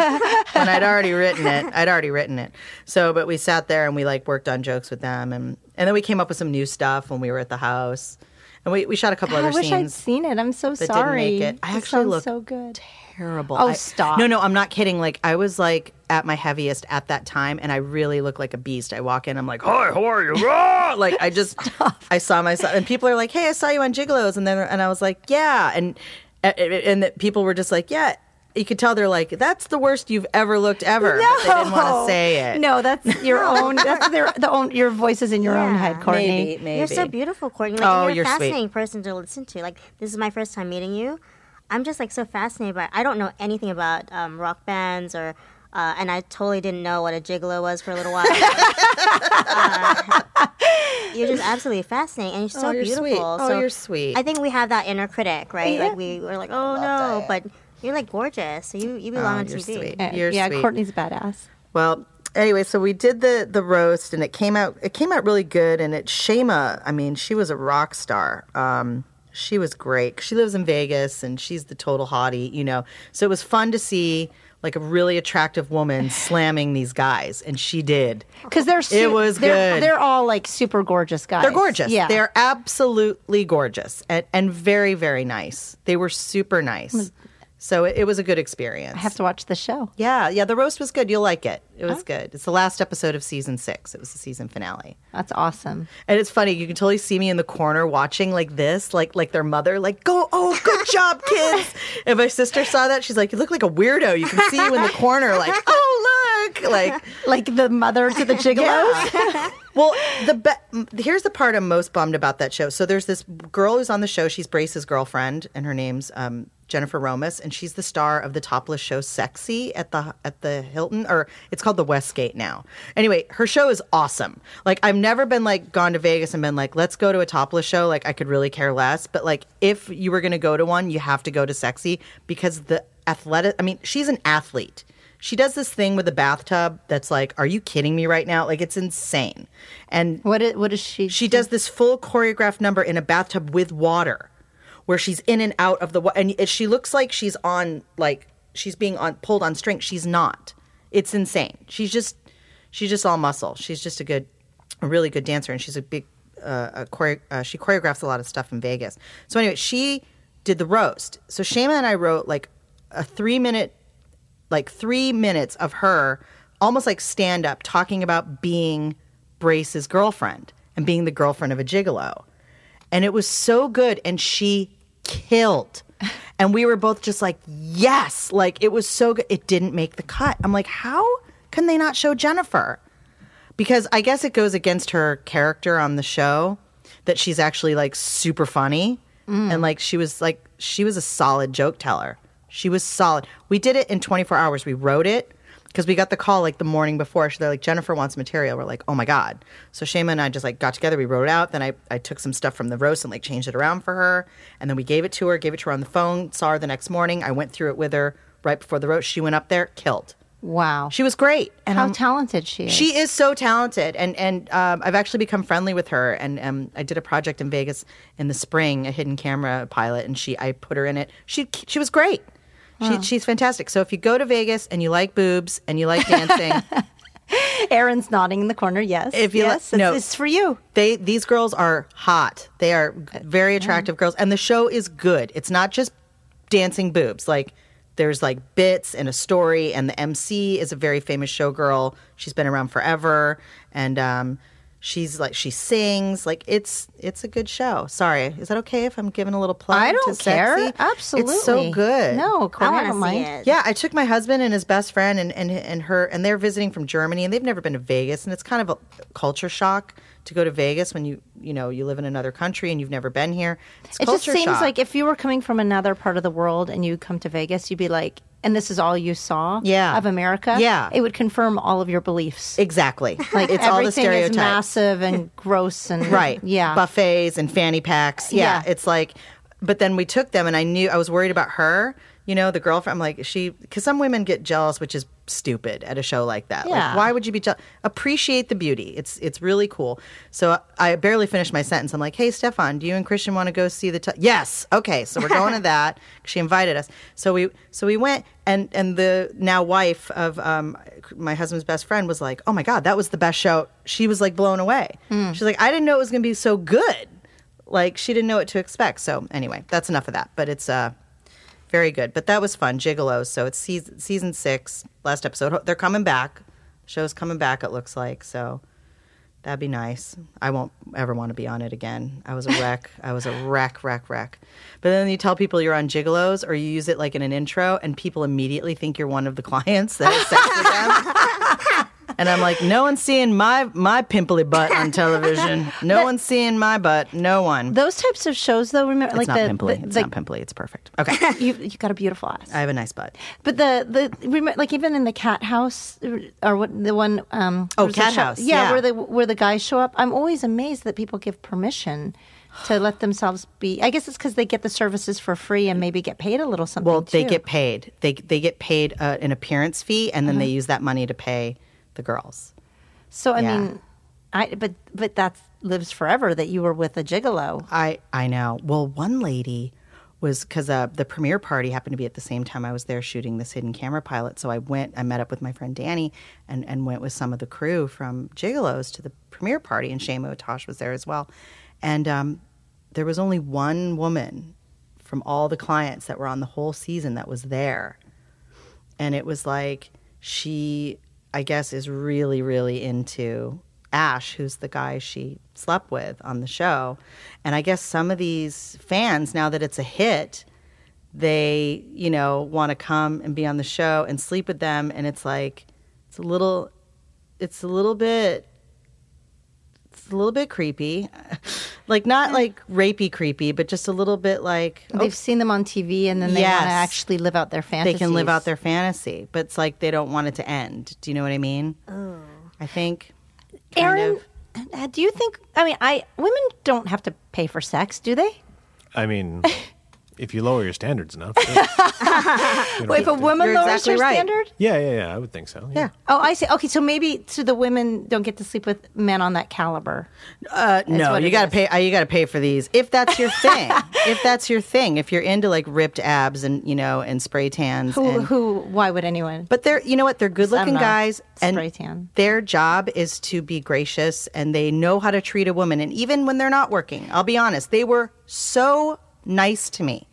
Speaker 2: and I'd already written it. I'd already written it. So, but we sat there and we like worked on jokes with them, and and then we came up with some new stuff when we were at the house, and we, we shot a couple
Speaker 1: God, I
Speaker 2: other
Speaker 1: wish I'd
Speaker 2: scenes.
Speaker 1: seen it. I'm so
Speaker 2: didn't
Speaker 1: sorry.
Speaker 2: make it. I
Speaker 1: This
Speaker 2: actually
Speaker 1: sounds
Speaker 2: look
Speaker 1: so good.
Speaker 2: terrible.
Speaker 1: Oh,
Speaker 2: I-
Speaker 1: stop.
Speaker 2: No, no, I'm not kidding. Like I was like at my heaviest at that time, and I really look like a beast. I walk in, I'm like, "Hi, how are you?" Rah! like I just, I saw myself, and people are like, "Hey, I saw you on Gigolos," and then and I was like, "Yeah," and and, and that people were just like, "Yeah." You could tell they're like, "That's the worst you've ever looked ever." but they didn't want to
Speaker 1: No.
Speaker 2: say it.
Speaker 1: No, that's your own. That's their the own. Your voice is in your own
Speaker 3: Yeah.
Speaker 1: head, Courtney.
Speaker 2: maybe, maybe.
Speaker 3: You're so beautiful, Courtney. Like,
Speaker 2: Oh,
Speaker 3: you're,
Speaker 2: you're
Speaker 3: a
Speaker 2: sweet.
Speaker 3: fascinating person to listen to. Like, this is my first time meeting you. I'm just like so fascinated by. I don't know anything about um, rock bands or, uh, and I totally didn't know what a gigolo was for a little while. Uh, you're just absolutely fascinating, and you're so
Speaker 2: Oh, you're
Speaker 3: beautiful.
Speaker 2: sweet. Oh,
Speaker 3: So
Speaker 2: you're sweet.
Speaker 3: I think we have that inner critic, right? Like we were like, oh no, but you're like gorgeous, so you you belong
Speaker 2: Oh,
Speaker 3: on
Speaker 2: you're
Speaker 3: TV.
Speaker 2: sweet.
Speaker 1: Yeah,
Speaker 2: You're
Speaker 1: yeah,
Speaker 2: sweet.
Speaker 1: Courtney's badass.
Speaker 2: Well, anyway, so we did the the roast, and it came out it came out really good. And it's Shema. I mean, she was a rock star. Um, she was great. She lives in Vegas, and she's the total hottie, you know. So it was fun to see like a really attractive woman slamming these guys, and she did.
Speaker 1: Because they're su-
Speaker 2: It was
Speaker 1: they're,
Speaker 2: good.
Speaker 1: They're all like super gorgeous guys.
Speaker 2: They're gorgeous.
Speaker 1: Yeah,
Speaker 2: They're absolutely gorgeous and, and very, very nice. They were super nice. So it, it was a good experience.
Speaker 1: I have to Oh. watch the show.
Speaker 2: yeah, yeah, the roast was good. You'll like it. It was good. It's the last episode of season six. It was the season finale.
Speaker 1: That's awesome.
Speaker 2: And it's funny, you can totally see me in the corner watching like this, like like their mother, like, go, oh, good job, kids. and my sister saw that, she's like, You look like a weirdo. You can see you in the corner, like, oh look. Like
Speaker 1: Like the mother to the gigolos.
Speaker 2: well, the be- here's the part I'm most bummed about that show. So there's this girl who's on the show. She's Brace's girlfriend, and her name's um, Jennifer Romas, and she's the star of the topless show "Sexy" at the at the Hilton, or it's called the Westgate now. Anyway, her show is awesome. Like I've never been like gone to Vegas and been like, let's go to a topless show. Like I could really care less, but like if you were going to go to one, you have to go to "Sexy" because the athletic. I mean, she's an athlete. She does this thing with the bathtub that's like, are you kidding me right now? Like it's insane. And
Speaker 1: What is, what is she?
Speaker 2: she does this full choreographed number in a bathtub with water where she's in and out of the water. And it- she looks like she's on, like she's being on, pulled on strings. She's not. It's insane. She's just, she's just all muscle. She's just a good, a really good dancer. And she's a big, uh, a chore- uh, she choreographs a lot of stuff in Vegas. So anyway, she did the roast. So Shema and I wrote like a three minute like three minutes of her almost like stand up talking about being Brace's girlfriend and being the girlfriend of a gigolo. And it was so good. And she killed. And we were both just like, yes, like it was so good. It didn't make the cut. I'm like, how can they not show Jennifer? because I guess it goes against her character on the show that she's actually like super funny and like she was like she was a solid joke teller. She was solid. We did it in 24 hours. We wrote it because we got the call like the morning before. So they're like, Jennifer wants material. We're like, oh my God. So Shema and I just like got together. We wrote it out. Then I, I took some stuff from the roast and like changed it around for her. And then we gave it to her, gave it to her on the phone, saw her the next morning. I went through it with her right before the roast. She went up there, killed.
Speaker 1: Wow.
Speaker 2: She was great. And
Speaker 1: How
Speaker 2: I'm-
Speaker 1: talented she is.
Speaker 2: she is so talented, and and um, I've actually become friendly with her. And um, I did a project in Vegas in the spring, a hidden camera pilot, and she I put her in it. She she was great. She, she's fantastic. So if you go to Vegas and you like boobs and you like dancing,
Speaker 1: Aaron's nodding in the corner. Yes.
Speaker 2: If you let-
Speaker 1: yes, it's,
Speaker 2: no.
Speaker 1: it's for you.
Speaker 2: they these girls are hot. They are very attractive girls, and the show is good. It's not just dancing boobs. Like there's like bits and a story, and the MC is a very famous showgirl. She's been around forever, and um, she's like she sings. Like it's it's a good show. Sorry, is that okay if I'm giving a little plug?
Speaker 1: I
Speaker 2: to
Speaker 1: don't care.
Speaker 2: Sexy?
Speaker 1: Absolutely.
Speaker 2: it's so good.
Speaker 1: No,
Speaker 3: I
Speaker 1: Courtney, I
Speaker 3: want
Speaker 1: don't
Speaker 3: to see
Speaker 1: mind.
Speaker 3: it.
Speaker 2: Yeah, I took my husband and his best friend and, and and her and they're visiting from Germany and they've never been to Vegas and it's kind of a culture shock to go to Vegas when you you know you live in another country and you've never been here. It's
Speaker 1: It just
Speaker 2: culture
Speaker 1: seems
Speaker 2: shock.
Speaker 1: like if you were coming from another part of the world and you come to Vegas, you'd be like, and this is all you saw
Speaker 2: Yeah.
Speaker 1: of America.
Speaker 2: Yeah.
Speaker 1: It would confirm all of your beliefs.
Speaker 2: exactly
Speaker 1: like
Speaker 2: it's
Speaker 1: everything
Speaker 2: all the stereotypes.
Speaker 1: is massive and gross and
Speaker 2: right
Speaker 1: Yeah.
Speaker 2: buffets and fanny packs yeah,
Speaker 1: Yeah.
Speaker 2: it's like but then we took them and i knew i was worried about her you know the girlfriend i'm like is she because some women get jealous which is stupid at a show like that
Speaker 1: Yeah.
Speaker 2: like why would you be jealous appreciate the beauty it's it's really cool so i barely finished my sentence i'm like hey stefan do you and christian want to go see the t-? yes okay so we're going to that she invited us so we so we went and and the now wife of um, my husband's best friend was like oh my god that was the best show she was like blown away she's like i didn't know it was going to be so good like she didn't know what to expect so anyway that's enough of that but it's uh very good but that was fun gigolos so it's season, season six last episode they're coming back show's coming back it looks like so That'd be nice. I won't ever want to be on it again. I was a wreck. I was a wreck, wreck, wreck. But then you tell people you're on Gigolos or you use it like in an intro, and people immediately think you're one of the clients that has sex with them. and I'm like, no one's seeing my my pimply butt on television. No one's seeing my butt. No one.
Speaker 1: Those types of shows, though, remember,
Speaker 2: it's
Speaker 1: like
Speaker 2: not
Speaker 1: the,
Speaker 2: pimply.
Speaker 1: the-
Speaker 2: it's
Speaker 1: the-
Speaker 2: not pimply. It's perfect. Okay.
Speaker 1: you you got a beautiful ass.
Speaker 2: I have a nice butt.
Speaker 1: But the the rem- like even in the cat house or what the one um
Speaker 2: Oh,
Speaker 1: there's a
Speaker 2: Cat
Speaker 1: show-
Speaker 2: House,
Speaker 1: yeah,
Speaker 2: yeah.
Speaker 1: where the where the guys show up I'm always amazed that people give permission to let themselves be I guess it's because they get the services for free and maybe get paid a little something
Speaker 2: Well, they
Speaker 1: too.
Speaker 2: get paid. They they get paid uh, an appearance fee, and then they use that money to pay the girls.
Speaker 1: So I
Speaker 2: Yeah.
Speaker 1: mean, I but but that lives forever that you were with a gigolo.
Speaker 2: I I know. Well, one lady was because uh, the premiere party happened to be at the same time I was there shooting this hidden camera pilot. So I went. I met up with my friend Danny and and went with some of the crew from Gigolos to the premiere party, and Shamo Tosh was there as well. And um, there was only one woman from all the clients that were on the whole season that was there and it was like she i guess is really really into ash who's the guy she slept with on the show and i guess some of these fans now that it's a hit they you know want to come and be on the show and sleep with them and it's like it's a little it's a little bit it's a little bit creepy like not like rapey creepy but just a little bit like
Speaker 1: They've seen them on TV, and then they
Speaker 2: Oh. Yes.
Speaker 1: want to actually live out their fantasies.
Speaker 2: they can live out their fantasy, but it's like they don't want it to end. Do you know what I mean? I think. kind
Speaker 1: Oh. Aaron,
Speaker 2: of.
Speaker 1: uh, do you think? I mean, I women don't have to pay for sex, do they?
Speaker 4: I mean, if you lower your standards enough. sure. You don't
Speaker 1: Well, if a
Speaker 4: have to-
Speaker 1: woman
Speaker 2: You're
Speaker 1: lowers
Speaker 2: exactly
Speaker 1: her
Speaker 2: right.
Speaker 1: standard.
Speaker 4: Yeah, yeah, yeah. I would think so. Yeah.
Speaker 1: Oh, I see. Okay, so maybe so the women don't get to sleep with men on that caliber.
Speaker 2: Uh, no,
Speaker 1: what
Speaker 2: you
Speaker 1: it
Speaker 2: gotta
Speaker 1: is.
Speaker 2: pay. Uh, you gotta pay for these if that's your thing. if that's your thing, if you're into like ripped abs and you know and spray tans.
Speaker 1: Who?
Speaker 2: and-
Speaker 1: who? Why would anyone?
Speaker 2: But they're, you know what? They're good
Speaker 1: I don't
Speaker 2: looking
Speaker 1: know.
Speaker 2: guys. And
Speaker 1: Spray tan.
Speaker 2: Their job is to be gracious and they know how to treat a woman. And even when they're not working, I'll be honest, they were so nice to me.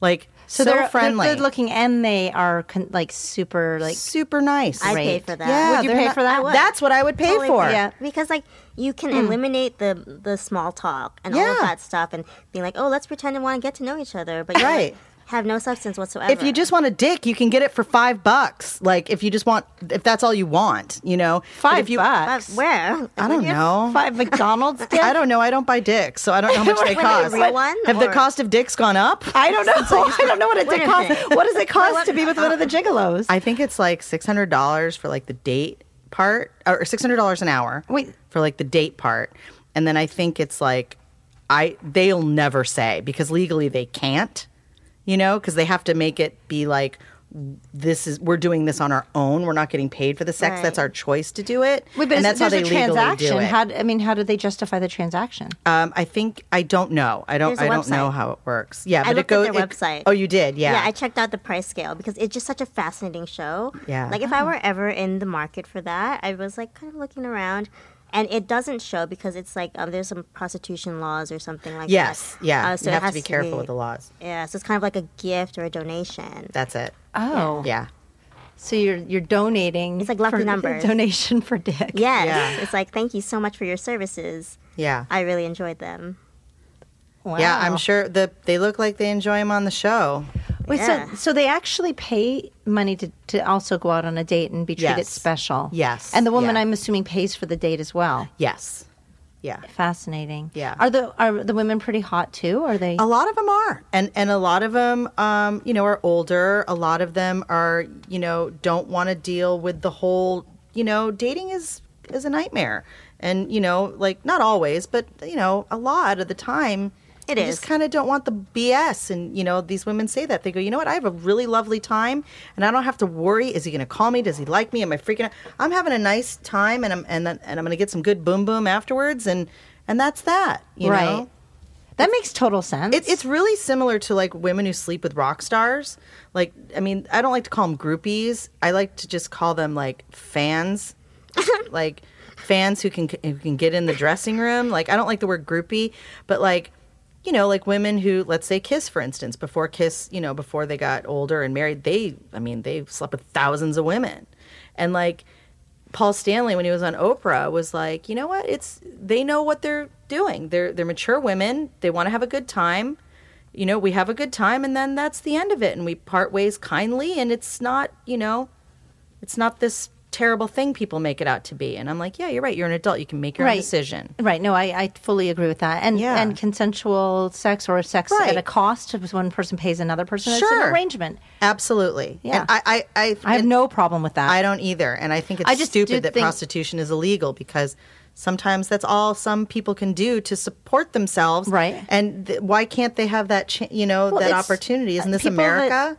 Speaker 2: Like, so,
Speaker 1: they're they're
Speaker 2: friendly.
Speaker 1: good looking, and they are con- like super like
Speaker 2: super nice.
Speaker 3: I'd pay
Speaker 1: Great.
Speaker 3: for that.
Speaker 2: Yeah,
Speaker 1: Would you
Speaker 2: they're
Speaker 1: pay
Speaker 2: not-
Speaker 1: for that? I would.
Speaker 2: That's what I would pay
Speaker 3: Totally
Speaker 2: for.
Speaker 1: Yeah.
Speaker 3: Because like you can eliminate the the small talk and all of
Speaker 2: Mm. Yeah.
Speaker 3: that stuff and being like, oh, let's pretend to want to get to know each other, but you
Speaker 2: Right.
Speaker 3: have no substance whatsoever.
Speaker 2: If you just want a dick, you can get it for five bucks. Like if you just want, if that's all you want, you know, But
Speaker 1: five
Speaker 2: if you,
Speaker 3: But
Speaker 1: bucks.
Speaker 3: where
Speaker 2: I don't know.
Speaker 1: Five McDonald's. Did?
Speaker 2: I don't know. I don't buy dicks, so I don't know how much they
Speaker 3: Wait,
Speaker 2: cost.
Speaker 3: wait, real one
Speaker 2: Have the
Speaker 3: or-
Speaker 2: cost of dicks gone up?
Speaker 1: I don't know. I don't know what it
Speaker 3: Wait a
Speaker 1: costs.
Speaker 3: minute.
Speaker 1: What does it cost to be with one of the gigolos?
Speaker 2: uh, I think it's like six hundred dollars for like the date part, or six hundred dollars an hour.
Speaker 1: Wait.
Speaker 2: for like the date part, and then I think it's like I they'll never say because legally they can't, you know, because they have to make it be like this is we're doing this on our own. We're not getting paid for the sex.
Speaker 3: Right.
Speaker 2: That's our choice to do it.
Speaker 1: Wait, but
Speaker 2: and
Speaker 1: it's-
Speaker 2: that's how they
Speaker 1: there's a
Speaker 2: legally
Speaker 1: transaction.
Speaker 2: do it.
Speaker 1: How d- I mean, how do they justify the transaction?
Speaker 2: um, I think I don't know. I don't.
Speaker 3: There's a
Speaker 2: I don't know
Speaker 3: website.
Speaker 2: how it works. Yeah,
Speaker 3: I
Speaker 2: but it
Speaker 3: looked at
Speaker 2: goes.
Speaker 3: their
Speaker 2: it-
Speaker 3: website.
Speaker 2: Oh, you did. Yeah.
Speaker 3: Yeah, I checked out the price scale because it's just such a fascinating show.
Speaker 2: Yeah.
Speaker 3: Like if I were ever in the market for that, I was like kind of looking around. And it doesn't show because it's like um, there's some prostitution laws or something like
Speaker 2: yes.
Speaker 3: that.
Speaker 2: Yeah.
Speaker 3: Uh, so
Speaker 2: you have
Speaker 3: it
Speaker 2: to
Speaker 3: has
Speaker 2: be careful with the laws.
Speaker 3: Yeah, so it's kind of like a gift or a donation.
Speaker 2: That's it.
Speaker 1: Oh,
Speaker 2: Yeah.
Speaker 1: So you're you're donating.
Speaker 3: It's like lucky
Speaker 1: for-
Speaker 3: numbers.
Speaker 1: Donation for dick.
Speaker 3: Yes.
Speaker 2: Yeah.
Speaker 3: It's like, thank you so much for your services.
Speaker 2: Yeah.
Speaker 3: I really enjoyed them.
Speaker 1: Wow.
Speaker 2: Yeah, I'm sure the they look like they enjoy him on the show.
Speaker 1: Wait,
Speaker 3: Yeah.
Speaker 1: so so they actually pay money to, to also go out on a date and be treated
Speaker 2: Yes.
Speaker 1: special.
Speaker 2: Yes.
Speaker 1: And the woman,
Speaker 2: Yeah.
Speaker 1: I'm assuming, pays for the date as well.
Speaker 2: Yes. Yeah.
Speaker 1: Fascinating.
Speaker 2: Yeah. Um,
Speaker 1: Are the are the women pretty hot too? Are they?
Speaker 2: A lot of them are, and and a lot of them, um, you know, are older. A lot of them are, you know, don't want to deal with the whole, you know, dating is is a nightmare, and you know, like not always, but you know, a lot of the time,
Speaker 3: It
Speaker 2: you
Speaker 3: is.
Speaker 2: just kind of don't want the BS. And you know, these women say that they go, you know what, I have a really lovely time, and I don't have to worry. Is he going to call me? Does he like me? Am I freaking? out? I'm having a nice time, and I'm and then- and I'm going to get some good boom boom afterwards, and and that's that. You
Speaker 1: right.
Speaker 2: know.
Speaker 1: That makes total sense.
Speaker 2: It, it's really similar to like women who sleep with rock stars. Like, I mean, I don't like to call them groupies. I like to just call them like fans, like fans who can who can get in the dressing room. Like, I don't like the word groupie, but like, you know, like women who, let's say, Kiss, for instance, before Kiss, you know, before they got older and married, they, I mean, they slept with thousands of women, and like. Paul Stanley, when he was on Oprah, was like, you know what? It's they know what they're doing. They're they're mature women. They want to have a good time. You know, we have a good time, and then that's the end of it, and we part ways kindly. And it's not, you know, it's not this terrible thing people make it out to be. And I'm like, yeah, you're right. You're an adult. You can make your own
Speaker 1: Right.
Speaker 2: decision.
Speaker 1: Right. No, I, I fully agree with that. And
Speaker 2: Yeah.
Speaker 1: and consensual sex or sex
Speaker 2: Right.
Speaker 1: at a cost if one person pays another person. It's an
Speaker 2: Sure.
Speaker 1: arrangement.
Speaker 2: Absolutely.
Speaker 1: Yeah.
Speaker 2: And I I I,
Speaker 1: I have
Speaker 2: and
Speaker 1: no problem with that.
Speaker 2: I don't either. And I think it's
Speaker 1: I just do
Speaker 2: stupid that
Speaker 1: think-
Speaker 2: prostitution is illegal because sometimes that's all some people can do to support themselves.
Speaker 1: Right.
Speaker 2: And th- why can't they have that, ch- you know,
Speaker 1: Well,
Speaker 2: that
Speaker 1: it's-
Speaker 2: opportunity? Isn't this
Speaker 1: people that-
Speaker 2: America?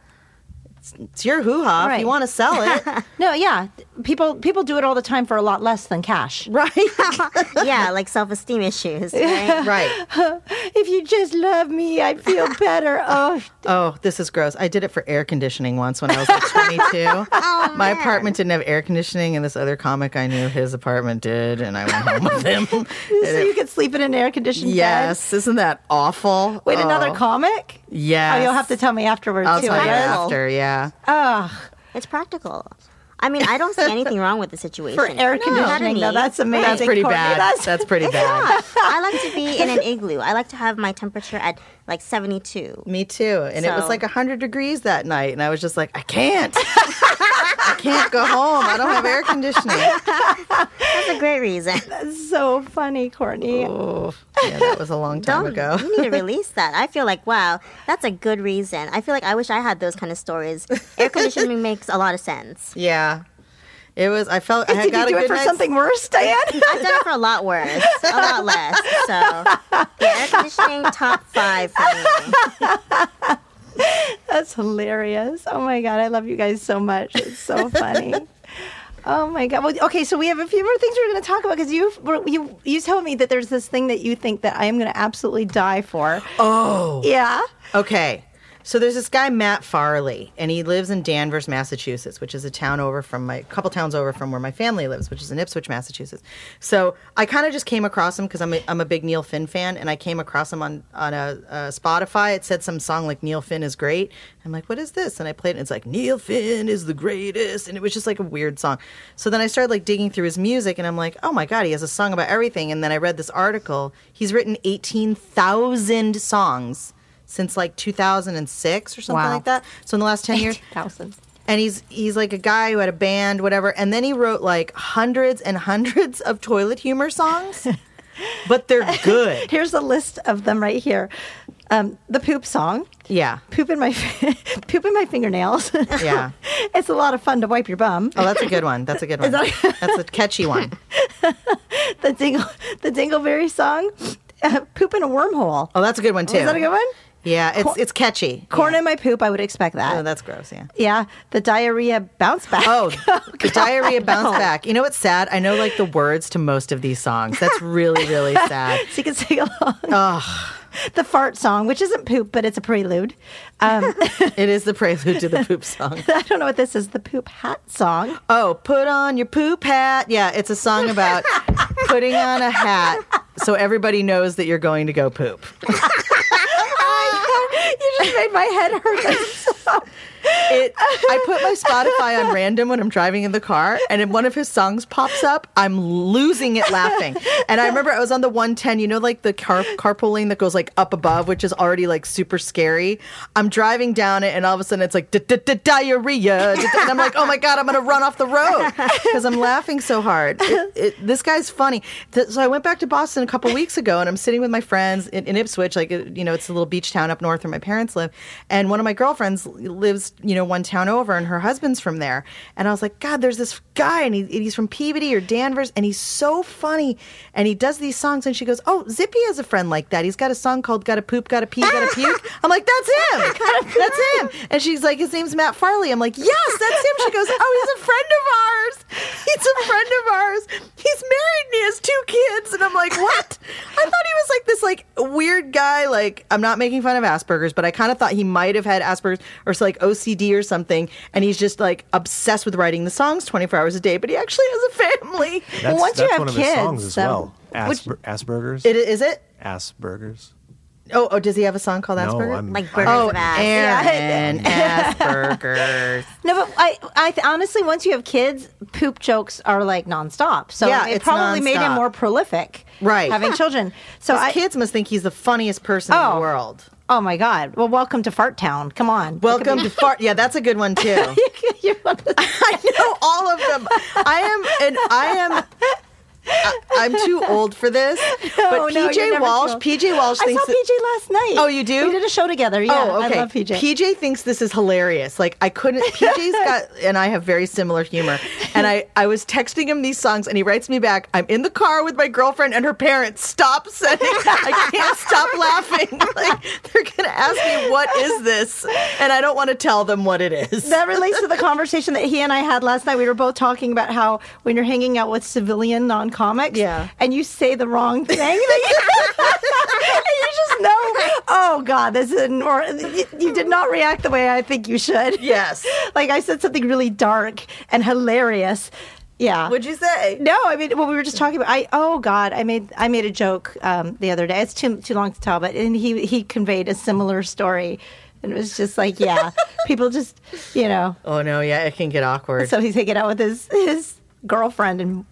Speaker 2: it's, it's your hoo ha. If
Speaker 1: Right.
Speaker 2: you want to sell it,
Speaker 1: No, yeah, people people do it all the time for a lot less than cash.
Speaker 2: right?
Speaker 3: yeah, like self esteem issues. Right?
Speaker 2: right.
Speaker 1: If you just love me, I feel better. Oh,
Speaker 2: Oh, this is gross. I did it for air conditioning once when I was like 22.
Speaker 1: Oh,
Speaker 2: My apartment didn't have air conditioning, and this other comic I knew, his apartment did, and I went home with him.
Speaker 1: so
Speaker 2: And it-
Speaker 1: you could sleep in an air conditioned bed.
Speaker 2: yes, isn't that awful?
Speaker 1: Wait,
Speaker 2: oh,
Speaker 1: another comic?
Speaker 2: Yes.
Speaker 1: Oh, you'll have to tell me afterwards
Speaker 2: I'll
Speaker 1: too.
Speaker 2: tell
Speaker 1: I
Speaker 2: you
Speaker 1: guess.
Speaker 2: after. Yeah.
Speaker 3: It's practical. I mean, I don't see anything wrong with the situation.
Speaker 1: For air
Speaker 3: No.
Speaker 1: conditioning, though, that's amazing.
Speaker 2: that's pretty
Speaker 1: Courtney.
Speaker 2: bad.
Speaker 1: That's-
Speaker 2: That's, pretty bad.
Speaker 3: I like to be in an igloo. I like to have my temperature at like 72.
Speaker 2: Me too. And it was
Speaker 3: So-
Speaker 2: like 100 degrees that night, and I was just like, I can't. I can't go home. I don't have air conditioning.
Speaker 3: That's a great reason.
Speaker 1: so funny, Courtney.
Speaker 2: Oh, yeah, that was a long time
Speaker 3: Don't-
Speaker 2: ago.
Speaker 3: You need to release that. I feel like wow, that's a good reason. I feel like I wish I had those kind of stories. Air conditioning makes a lot of sense.
Speaker 2: Yeah. It was. I felt. I had
Speaker 1: Did
Speaker 2: got
Speaker 1: you do
Speaker 2: a good
Speaker 1: it for
Speaker 2: night's-
Speaker 1: something worse, Diane?
Speaker 3: I've done it for a lot worse, a lot less. So yeah, air conditioning top five for me.
Speaker 1: That's hilarious. Oh my god, I love you guys so much. It's so funny. oh my god. Well, okay, so we have a few more things we're going to talk about because you you you told me that there's this thing that you think that I am going to absolutely die for. Oh. Yeah.
Speaker 2: Okay. So there's this guy Matt Farley, and he lives in Danvers, Massachusetts, which is a town over from my a couple towns over from where my family lives, which is in Ipswich, Massachusetts. So I kind of just came across him because I'm a, I'm a big Neil Finn fan, and I came across him on on a, a Spotify. It said some song like Neil Finn is great. I'm like, what is this? And I played it. and It's like Neil Finn is the greatest, and it was just like a weird song. So then I started like digging through his music, and I'm like, oh my god, he has a song about everything. And then I read this article. He's written eighteen thousand songs since like 2006 or something
Speaker 1: Wow.
Speaker 2: like that. So in the last 10 years,
Speaker 1: Thousands.
Speaker 2: and he's he's like a guy who had a band, whatever. And then he wrote like hundreds and hundreds of toilet humor songs, but they're good.
Speaker 1: Here's a list of them right here. Um, the poop song.
Speaker 2: Yeah.
Speaker 1: Poop in my poop in my fingernails.
Speaker 2: Yeah.
Speaker 1: it's a lot of fun to wipe your bum.
Speaker 2: Oh, that's a good one. That's a good one.
Speaker 1: that-
Speaker 2: That's a catchy one.
Speaker 1: The dingle the dingleberry song. Uh, poop in a wormhole.
Speaker 2: Oh, that's a good one too.
Speaker 1: Is that a good one?
Speaker 2: Yeah, it's
Speaker 1: Cor-
Speaker 2: it's catchy.
Speaker 1: Corn in my poop. I would expect that.
Speaker 2: Oh, that's gross. Yeah.
Speaker 1: Yeah, the diarrhea bounce back.
Speaker 2: Oh, the diarrhea bounce back. You know what's sad? I know like the words to most of these songs. That's really really sad.
Speaker 1: so you can sing along. The fart song, which isn't poop, but it's a prelude. Um,
Speaker 2: It is the prelude to the poop song.
Speaker 1: I don't know what this is. The poop hat song.
Speaker 2: Oh, put on your poop hat. Yeah, it's a song about putting on a hat so everybody knows that you're going to go poop. Ah.
Speaker 1: you just made my head hurt. That's so-
Speaker 2: It, I put my Spotify on random when I'm driving in the car, and if one of his songs pops up, I'm losing it laughing. And I remember I was on the 110, you know, like the car, carpooling that goes like up above, which is already like super scary. I'm driving down it, and all of a sudden it's like diarrhea, and I'm like, oh my god, I'm gonna run off the road because I'm laughing so hard. It- it- this guy's funny. Th- So I went back to Boston a couple weeks ago, and I'm sitting with my friends in, in Ipswich, like uh, you know, it's a little beach town up north where my parents live. And one of my girlfriends lives, you know, one town over, and her husband's from there. And I was like, God, there's this guy, and he, he's from Peabody or Danvers, and he's so funny, and he does these songs. And she goes, Oh, Zippy has a friend like that. He's got a song called "Gotta Poop, Gotta Pee, Gotta Puke." I'm like, That's him. That's him. And she's like, His name's Matt Farley. I'm like, Yes, that's him. She goes, Oh, he's a friend of ours. He's a friend of ours. He's married and he has two kids. And I'm like, what? I thought he was like this like weird guy. Like, I'm not making fun of Asperger's, but I kind of thought he might have had Asperger's or so, like OCD or something. And he's just like obsessed with writing the songs 24 hours a day, but he actually has a family.
Speaker 4: That's,
Speaker 1: once you
Speaker 4: that's
Speaker 1: have
Speaker 4: one of his
Speaker 1: kids,
Speaker 4: songs as
Speaker 1: so-
Speaker 4: well.
Speaker 1: Which-
Speaker 4: Asper- Asperger's.
Speaker 2: It, is it?
Speaker 4: Asperger's.
Speaker 2: Oh, oh, does he have a song called
Speaker 4: No,
Speaker 2: Asperger's?
Speaker 4: I'm
Speaker 3: Like
Speaker 4: I'm-
Speaker 3: burger.
Speaker 2: Oh,
Speaker 3: Yeah.
Speaker 2: Aaron Asperger's.
Speaker 1: no, but I, I th- honestly, once you have kids, poop jokes are like nonstop. So
Speaker 2: Yeah,
Speaker 1: it
Speaker 2: it's
Speaker 1: probably made him
Speaker 2: nonstop.
Speaker 1: more prolific.
Speaker 2: Right.
Speaker 1: having children. So
Speaker 2: His
Speaker 1: I,
Speaker 2: kids must think he's the funniest person in
Speaker 1: Oh.
Speaker 2: the world.
Speaker 1: oh my god. Well, welcome to Fart Town. Come on.
Speaker 2: Welcome to Fart. Yeah, that's a good one too.
Speaker 1: You're one of the-
Speaker 2: I know all of them. I am and I am I, I'm too old for this. but
Speaker 1: no, you're
Speaker 2: PJ
Speaker 1: never
Speaker 2: Walsh,
Speaker 1: too old.
Speaker 2: PJ Walsh
Speaker 1: I
Speaker 2: thinks
Speaker 1: saw
Speaker 2: that-
Speaker 1: PJ last night.
Speaker 2: Oh, you do?
Speaker 1: We did a show together. Yeah,
Speaker 2: oh, okay.
Speaker 1: I love PJ.
Speaker 2: PJ thinks this is hilarious. Like I couldn't. PJ's got and I have very similar humor. And I I was texting him these songs, and he writes me back. I'm in the car with my girlfriend and her parents. Stop sending. I can't stop laughing. Like they're gonna ask me what is this, and I don't want to tell them what it is.
Speaker 1: that relates to the conversation that he and I had last night. We were both talking about how when you're hanging out with civilian non comics
Speaker 2: Yeah.
Speaker 1: and you say the wrong thing, like- and you just know, oh God, this isn't, or you, you did not react the way I think you should.
Speaker 2: Yes.
Speaker 1: Like I said something really dark and hilarious. Yeah.
Speaker 2: What'd you say?
Speaker 1: No, I mean, well, we were just talking about. I oh God, I made I made a joke um, the other day. It's too too long to tell, but and he he conveyed a similar story, and it was just like, yeah, people just you know.
Speaker 2: Oh no, yeah, it can get awkward.
Speaker 1: So he's hanging out with his his girlfriend, and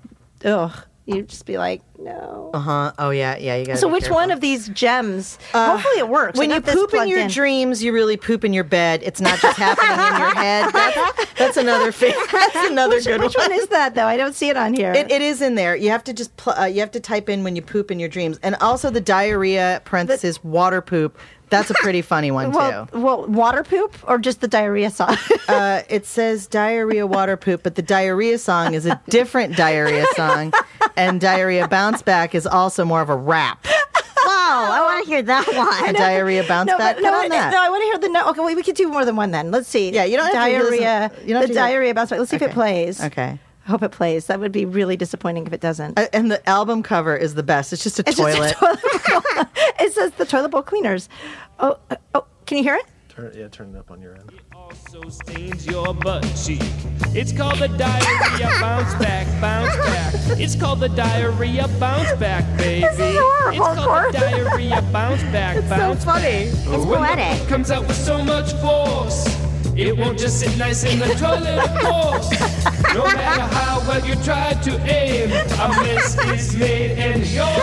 Speaker 1: ugh, you'd just be like, no.
Speaker 2: Uh huh. Oh yeah, yeah. You got.
Speaker 1: So which one of these gems? hopefully it works. I
Speaker 2: When
Speaker 1: got
Speaker 2: you
Speaker 1: this
Speaker 2: poop in
Speaker 1: plugged
Speaker 2: your
Speaker 1: in.
Speaker 2: dreams, you really poop in your bed. It's not just happening in your head. That's, that's another fa- That's another good
Speaker 1: Which one is that though? I don't see it on here.
Speaker 2: It, it is in there. You have to just pl- uh, you have to type in when you poop in your dreams, and also the diarrhea parenthesis water poop. That's a pretty funny one
Speaker 1: well,
Speaker 2: too.
Speaker 1: well, water poop or just the diarrhea song?
Speaker 2: Uh, it says diarrhea water poop, but the diarrhea song is a different diarrhea song, and diarrhea bounce back is also more of a rap.
Speaker 3: Wow, I want to hear that one.
Speaker 2: And diarrhea bounce
Speaker 1: No,
Speaker 2: back.
Speaker 1: but, no,
Speaker 2: Put
Speaker 1: I-
Speaker 2: on that.
Speaker 1: no, I want to hear the no. Okay, wait, we could do more than one then. Let's see.
Speaker 2: Yeah, you don't have to hear this-
Speaker 1: diarrhea.
Speaker 2: you don't have
Speaker 1: the
Speaker 2: to hear-
Speaker 1: diarrhea bounce back. Let's see if
Speaker 2: Okay.
Speaker 1: it plays.
Speaker 2: Okay.
Speaker 1: I hope it plays. That would be really disappointing if it doesn't.
Speaker 2: Uh, And the album cover is the best. It's just a
Speaker 1: It's just a
Speaker 2: toilet.
Speaker 1: toilet bowl. it says the toilet bowl cleaners. Oh, uh, oh, can you hear it?
Speaker 4: Turn, yeah, turn it up on your end.
Speaker 5: also stains your butt cheek. It's called the diarrhea bounce back, bounce back. It's called the diarrhea bounce back, baby.
Speaker 1: This is horrible,
Speaker 5: it's called
Speaker 1: Cor.
Speaker 5: the diarrhea bounce back, bounce
Speaker 2: funny.
Speaker 5: back. It's when the
Speaker 3: poetic.
Speaker 5: poop comes out with so much force. It won't just sit nice in the toilet, of course. No matter how well you try to aim, a mess is made and you're to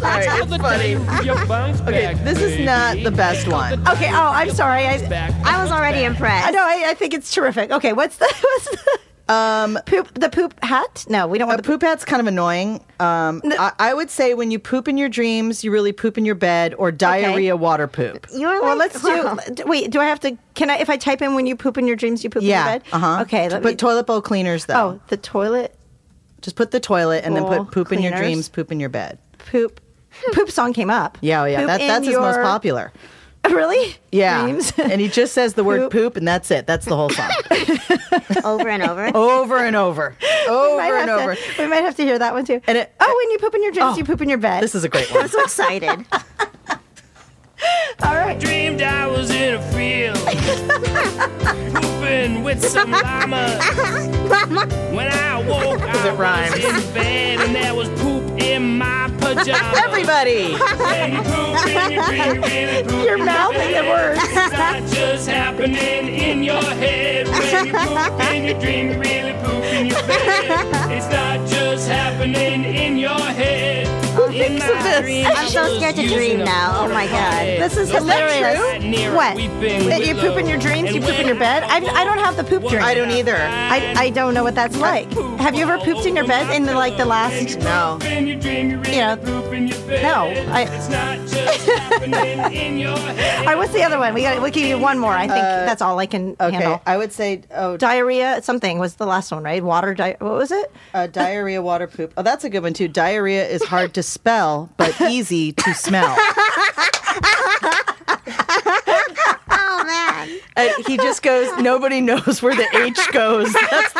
Speaker 5: blame.
Speaker 2: Sorry,
Speaker 5: It's
Speaker 2: it's
Speaker 5: called the
Speaker 2: funny.
Speaker 5: diarrhea bounce
Speaker 2: Okay,
Speaker 5: back,
Speaker 2: this is
Speaker 5: baby.
Speaker 2: not the best one.
Speaker 1: Okay. Oh, I'm sorry. I,
Speaker 5: Back,
Speaker 3: I was
Speaker 5: bounce
Speaker 3: already
Speaker 5: back.
Speaker 1: I
Speaker 3: impressed.
Speaker 1: know. I, I think it's terrific. Okay. What's the what's the um poop the poop hat? No, we don't want
Speaker 2: The
Speaker 1: the poop.
Speaker 2: poop hat's kind of annoying. Um, I, I would say when you poop in your dreams, you really poop in your bed or diarrhea water poop.
Speaker 3: You're like,
Speaker 1: Well, let's do. d- Wait, do I have to? Can I? If I type in when you poop in your dreams, you poop
Speaker 2: Yeah.
Speaker 1: in your bed.
Speaker 2: Uh huh.
Speaker 1: Okay. Let
Speaker 2: But
Speaker 1: me,
Speaker 2: toilet bowl cleaners though.
Speaker 1: oh, the toilet
Speaker 2: Just put the toilet and then
Speaker 1: Bowl
Speaker 2: put poop in your
Speaker 1: cleaners.
Speaker 2: dreams, poop in your bed.
Speaker 1: poop poop song came up.
Speaker 2: Yeah, oh, yeah.
Speaker 1: Poop
Speaker 2: That,
Speaker 1: in
Speaker 2: that's his most
Speaker 1: your-
Speaker 2: popular.
Speaker 1: Really?
Speaker 2: Yeah.
Speaker 1: Dreams?
Speaker 2: and he just says the word
Speaker 1: Poop.
Speaker 2: poop and that's it. That's the whole song.
Speaker 3: over and over.
Speaker 1: Oh.
Speaker 2: over and over. Over
Speaker 1: might
Speaker 2: and
Speaker 1: have
Speaker 2: over.
Speaker 1: To, we might have to hear that one too.
Speaker 2: And it-
Speaker 1: oh, when you poop in your dreams,
Speaker 2: Oh,
Speaker 1: you poop in your bed.
Speaker 2: This is a great one.
Speaker 3: I'm so excited.
Speaker 1: all right.
Speaker 5: dreamed I was in a field pooping with some llamas. When I woke, I
Speaker 2: it rhymes.
Speaker 5: was in bed and there was poop in my pajamas.
Speaker 2: Everybody.
Speaker 5: When you poop in your dream, you really poop
Speaker 1: You're
Speaker 5: in your
Speaker 1: mouthing the
Speaker 5: bed.
Speaker 1: words.
Speaker 5: It's not just happening in your head. When you poop in your dream, you really poop in your bed. It's not just happening in your head. In
Speaker 2: thinks of
Speaker 5: my
Speaker 2: this?
Speaker 5: dream,
Speaker 3: I'm so
Speaker 5: I was
Speaker 3: scared to
Speaker 5: using
Speaker 3: dream
Speaker 5: a
Speaker 3: now. Oh my
Speaker 5: fortified
Speaker 3: God.
Speaker 1: This is
Speaker 5: Let's
Speaker 1: hilarious.
Speaker 5: get right near it.
Speaker 1: What?
Speaker 5: We've been
Speaker 1: That you
Speaker 5: willow.
Speaker 1: poop in your dreams, you
Speaker 5: And
Speaker 1: poop in your
Speaker 5: when
Speaker 1: bed. I, I don't have the poop dream.
Speaker 2: I don't either.
Speaker 1: I, I don't know what that's like. Have you ever pooped in your bed in the, like the last?
Speaker 2: No.
Speaker 5: In your dream, you really
Speaker 1: You know,
Speaker 5: poop in your bed.
Speaker 1: no, I-
Speaker 5: It's not just happening in your head.
Speaker 1: All right, what's the other one? We got. We give you one more. I think that's all I can
Speaker 2: Uh, Okay.
Speaker 1: handle.
Speaker 2: I would say oh
Speaker 1: Diarrhea. Something was the last one, right? Water. Di- what was it?
Speaker 2: Uh, diarrhea water poop. Oh, that's a good one too. Diarrhea is hard to spell, but easy to smell.
Speaker 3: Oh man.
Speaker 2: And Uh, he just goes, nobody knows where the H goes. That's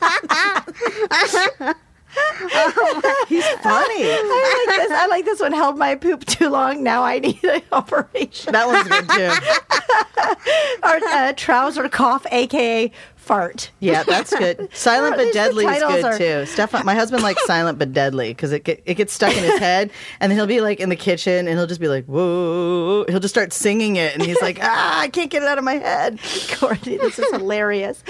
Speaker 2: the- He's funny.
Speaker 1: I like this. I like this one. Held my poop too long. Now I need an operation.
Speaker 2: That one's good too.
Speaker 1: Or uh, trouser cough, aka fart.
Speaker 2: Yeah, that's good. Silent
Speaker 1: At least
Speaker 2: but
Speaker 1: the
Speaker 2: deadly is
Speaker 1: titles
Speaker 2: good
Speaker 1: are-
Speaker 2: too. Stefan, my husband likes silent but deadly because it get, it gets stuck in his head, and then he'll be like in the kitchen and he'll just be like, "Whoa!" He'll just start singing it, and he's like, "Ah, I can't get it out of my head."
Speaker 1: Courtney, this is hilarious.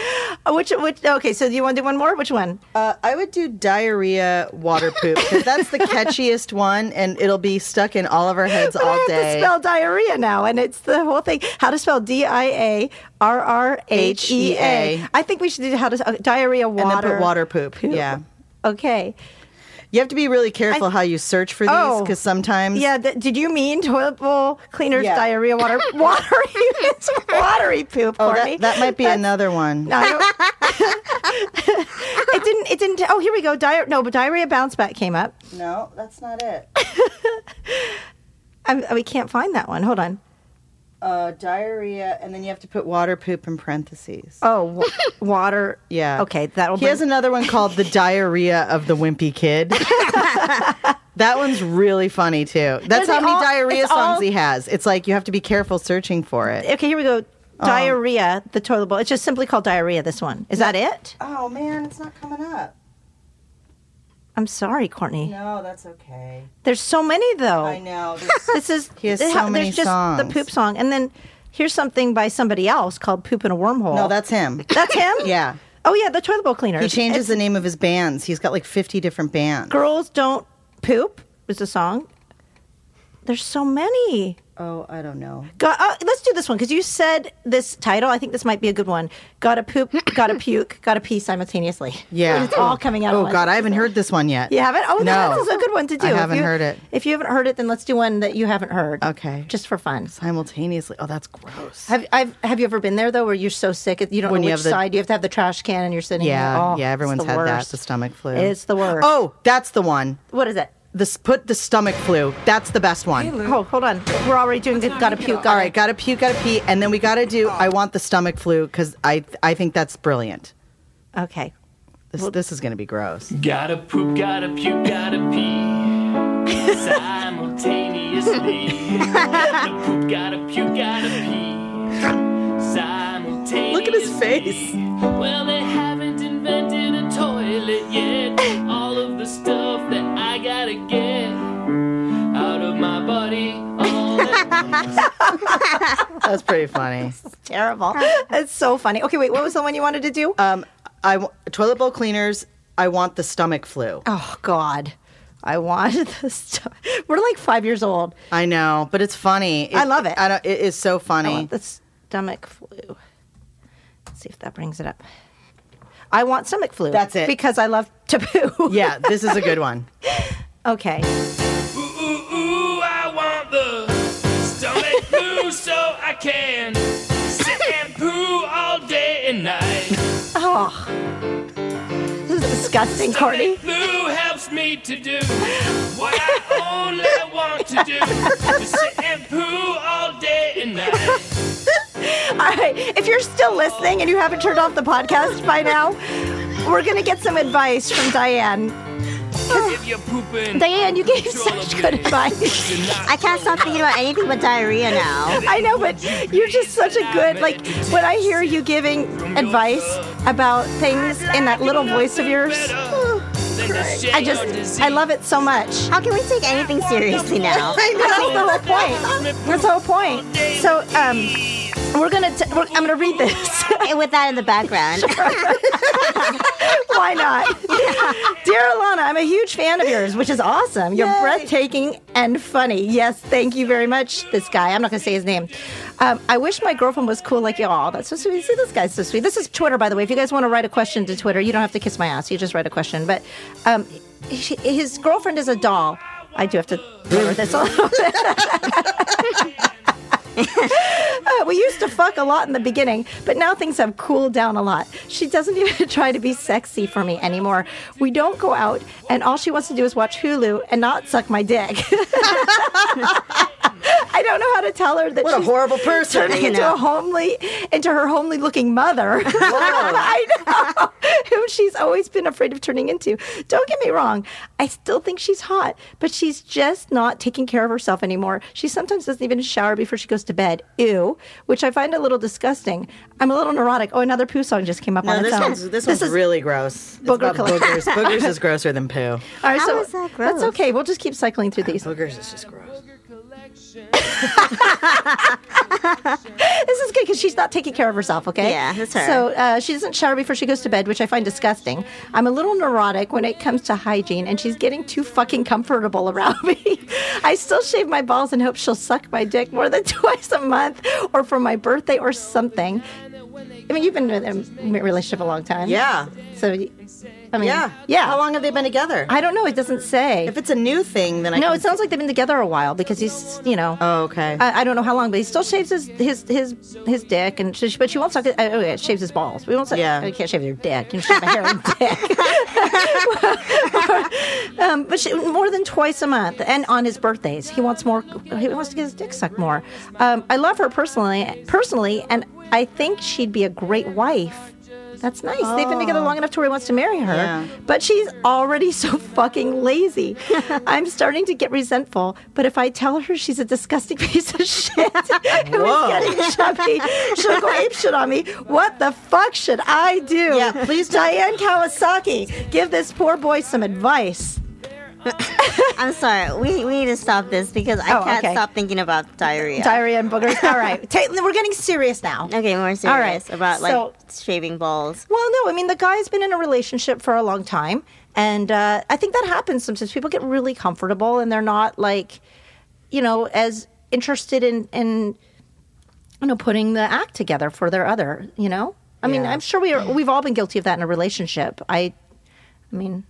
Speaker 1: Uh, Which which? Okay, so do you want to do one more? Which one?
Speaker 2: Uh, I would do diarrhea water poop 'cause that's the catchiest one, and it'll be stuck in all of our heads
Speaker 1: I
Speaker 2: all
Speaker 1: have
Speaker 2: day.
Speaker 1: to spell diarrhea now, and it's the whole thing. How to spell D I A R R H E
Speaker 2: H E
Speaker 1: A.
Speaker 2: A.
Speaker 1: I think we should do how to uh, diarrhea water.
Speaker 2: and then put water poop. Yeah,
Speaker 1: Okay.
Speaker 2: You have to be really careful how you search for these
Speaker 1: Oh.
Speaker 2: because sometimes
Speaker 1: Yeah. Th- did you mean toilet bowl cleaners,
Speaker 2: Yeah.
Speaker 1: diarrhea, water, watery, it's watery poop,
Speaker 2: Oh,
Speaker 1: Courtney?
Speaker 2: that, that might be another one.
Speaker 1: No, I don't- it didn't. It didn't. Oh, here we go. Diar- no, but diarrhea bounce back came up.
Speaker 2: No, that's not it.
Speaker 1: I'm, we can't find that one. Hold on.
Speaker 2: Uh, diarrhea, and then you have to put water poop in parentheses.
Speaker 1: Oh, wa- water.
Speaker 2: Yeah.
Speaker 1: Okay, that'll.
Speaker 2: He
Speaker 1: bring-
Speaker 2: has another one called The Diarrhea of the Wimpy Kid. that one's really funny too. That's
Speaker 1: they
Speaker 2: how many
Speaker 1: all-
Speaker 2: diarrhea
Speaker 1: it's
Speaker 2: songs
Speaker 1: all-
Speaker 2: he has. It's like you have to be careful searching for it.
Speaker 1: okay, here we go.
Speaker 2: Oh.
Speaker 1: Diarrhea, the toilet bowl. It's just simply called diarrhea. This one is that it?
Speaker 2: Oh man, it's not coming up.
Speaker 1: I'm sorry, Courtney.
Speaker 2: No, that's okay.
Speaker 1: There's so many
Speaker 2: Oh.
Speaker 1: though.
Speaker 2: know.
Speaker 1: This is
Speaker 2: He has
Speaker 1: this-
Speaker 2: so many
Speaker 1: there's just the
Speaker 2: songs.
Speaker 1: poop song, and then here's something by somebody else called "Poop in a Wormhole."
Speaker 2: no, that's him.
Speaker 1: that's him.
Speaker 2: Yeah.
Speaker 1: Oh yeah, the toilet bowl cleaner.
Speaker 2: He changes the name of his bands. He's got like 50 different bands.
Speaker 1: Girls Don't Poop is the song. There's so many.
Speaker 2: Oh, I don't know.
Speaker 1: Got, uh, let's do this one because you said this title. I think this might be a good one. Got to poop, got to puke, got to pee simultaneously.
Speaker 2: Yeah.
Speaker 1: it's all coming out. at
Speaker 2: Oh
Speaker 1: once.
Speaker 2: god, I haven't heard this one yet.
Speaker 1: You haven't? Oh, no.
Speaker 2: No.
Speaker 1: that's a good one to do.
Speaker 2: I
Speaker 1: If
Speaker 2: haven't
Speaker 1: you-
Speaker 2: heard it.
Speaker 1: If you haven't heard it, then let's do one that you haven't heard.
Speaker 2: Okay.
Speaker 1: just for fun.
Speaker 2: Simultaneously. Oh, that's gross.
Speaker 1: Have I've, have you ever been there though, where you're so sick you don't
Speaker 2: When
Speaker 1: know
Speaker 2: you
Speaker 1: which
Speaker 2: have the-
Speaker 1: side you have to have the trash can and you're sitting?
Speaker 2: Yeah,
Speaker 1: there. Oh,
Speaker 2: yeah,
Speaker 1: it's
Speaker 2: everyone's
Speaker 1: the
Speaker 2: had that.
Speaker 1: worst.
Speaker 2: The stomach flu.
Speaker 1: It's the worst.
Speaker 2: Oh, that's the one.
Speaker 1: what is it?
Speaker 2: This put the stomach flu. That's the best one.
Speaker 1: Oh, hold on. We're already doing good. Got to puke. Got
Speaker 2: All right, gotta puke, gotta pee, and then we gotta do. I want the stomach flu because I I think that's brilliant.
Speaker 1: Okay.
Speaker 2: This this is gonna be gross.
Speaker 5: Gotta poop, gotta puke, gotta pee. Simultaneously. gotta poop, gotta puke, gotta pee. Simultaneously.
Speaker 2: Look at his face.
Speaker 5: Well, they haven't invented a toilet yet. All of the stuff that I gotta get out of my body. All at once.
Speaker 2: That's pretty funny.
Speaker 1: Terrible. it's so funny. Okay, wait. What was the one you wanted to do? Uh,
Speaker 2: Um, I w- toilet bowl cleaners. I want the stomach flu.
Speaker 1: Oh God, I wanted this stuff. We're like five years old.
Speaker 2: I know, but it's funny.
Speaker 1: I love it.
Speaker 2: I don't, it is so
Speaker 1: I
Speaker 2: funny.
Speaker 1: want the stomach flu. Let's see if that brings it up. I want stomach flu.
Speaker 2: That's it.
Speaker 1: Because I love to poo.
Speaker 2: yeah, this is a good one.
Speaker 1: Okay.
Speaker 5: Ooh, ooh, ooh, I want the stomach flu so I can sit and poo all day and night.
Speaker 1: Oh, this is disgusting, Courtney.
Speaker 5: Blue helps me to do what I only want to do. To sit and poo all day and night.
Speaker 1: All right. If you're still listening and you haven't turned off the podcast by now, we're gonna get some advice from Diane.
Speaker 5: If you're pooping,
Speaker 1: Diane, you gave such good advice.
Speaker 5: you're not
Speaker 3: I can't stop thinking about anything but diarrhea now.
Speaker 1: I know, but you're just such a good like. When I hear you giving advice about things in that little voice of yours,
Speaker 5: than the shit
Speaker 1: I
Speaker 5: on
Speaker 1: just
Speaker 5: disease.
Speaker 1: I love it so much.
Speaker 3: How can we take anything seriously now?
Speaker 1: That's the whole point. That's the whole point. So um, we're gonna t- we're, I'm gonna read this.
Speaker 3: And With that in the background.
Speaker 1: Why not? Dear Alana, I'm a huge fan of yours, which is awesome. You're breathtaking and funny. Yes, thank you very much, this guy. I'm not going to say his name. Um, I wish my girlfriend was cool like you. all. that's so sweet. See, this guy's so sweet. This is Twitter, by the way. If you guys want to write a question to Twitter, you don't have to kiss my ass. You just write a question. But um, he- his girlfriend is a doll. I do have to lower this a little bit. Uh, we used to fuck a lot in the beginning, but now things have cooled down a lot. She doesn't even try to be sexy for me anymore. We don't go out, and all she wants to do is watch Hulu and not suck my dick. I don't know how to tell her that
Speaker 2: What a
Speaker 1: she's
Speaker 2: horrible person.
Speaker 1: turning into a homely, into her homely looking mother. I know whom she's always been afraid of turning into. Don't get me wrong, I still think she's hot, but she's just not taking care of herself anymore. She sometimes doesn't even shower before she goes to bed. Ew, which I find a little disgusting. I'm a little neurotic. Oh, another poo song just came up on
Speaker 2: No,
Speaker 1: its
Speaker 2: this
Speaker 1: own.
Speaker 2: one's this one's
Speaker 1: is
Speaker 2: really gross. It's
Speaker 1: Booger
Speaker 2: about
Speaker 1: color.
Speaker 2: boogers. Boogers is grosser than poo.
Speaker 1: All right,
Speaker 3: How
Speaker 1: so
Speaker 3: is that
Speaker 1: that's
Speaker 3: gross?
Speaker 1: okay. We'll just keep cycling through these.
Speaker 2: Boogers is just gross.
Speaker 1: this is good because she's not taking care of herself, okay?
Speaker 3: Yeah, that's her.
Speaker 1: So uh, she doesn't shower before she goes to bed, which I find disgusting. I'm a little neurotic when it comes to hygiene, and she's getting too fucking comfortable around me. I still shave my balls and hope she'll suck my dick more than twice a month or for my birthday or something. I mean, you've been in a relationship a long time.
Speaker 2: Yeah.
Speaker 1: So, I mean,
Speaker 2: yeah.
Speaker 1: yeah.
Speaker 2: How long have they been together?
Speaker 1: I don't know. It doesn't say.
Speaker 2: if it's a new thing, then I
Speaker 1: no,
Speaker 2: can-
Speaker 1: it sounds like they've been together a while because he's, you know,
Speaker 2: Oh, okay.
Speaker 1: I, I don't know how long, but he still shaves his his his, his dick, and she, but she won't suck. His, oh, yeah, shaves his balls. We won't say.
Speaker 2: Yeah.
Speaker 1: Yeah. You can't shave your dick. You can shave my hair and dick. um, but she, more than twice a month, and on his birthdays, he wants more. He wants to get his dick sucked more. Um, I love her personally, personally, and I think she'd be a great wife. That's nice. They've been together long enough to where he wants to marry her.
Speaker 2: Oh. Yeah.
Speaker 1: But she's already so fucking lazy. I'm starting to get resentful. But if I tell her she's a disgusting piece of shit who's getting chubby, she'll go ape shit on me. What the fuck should I do?
Speaker 2: Yeah, please don't-
Speaker 1: Diane Kawasaki, give this poor boy some advice.
Speaker 3: I'm sorry. We, we need to stop this because I
Speaker 1: Oh,
Speaker 3: can't
Speaker 1: okay.
Speaker 3: stop thinking about diarrhea.
Speaker 1: Diarrhea and boogers. All right, Ta we're getting serious now.
Speaker 3: okay, more serious about like
Speaker 1: so-
Speaker 3: shaving balls.
Speaker 1: Well, no, I mean the guy's been in a relationship for a long time, and uh, I think that happens sometimes. People get really comfortable, and they're not like, you know, as interested in in you know putting the act together for their other. You know, I mean,
Speaker 2: Yeah.
Speaker 1: I'm sure we are, we've all been guilty of that in a relationship. I, I mean,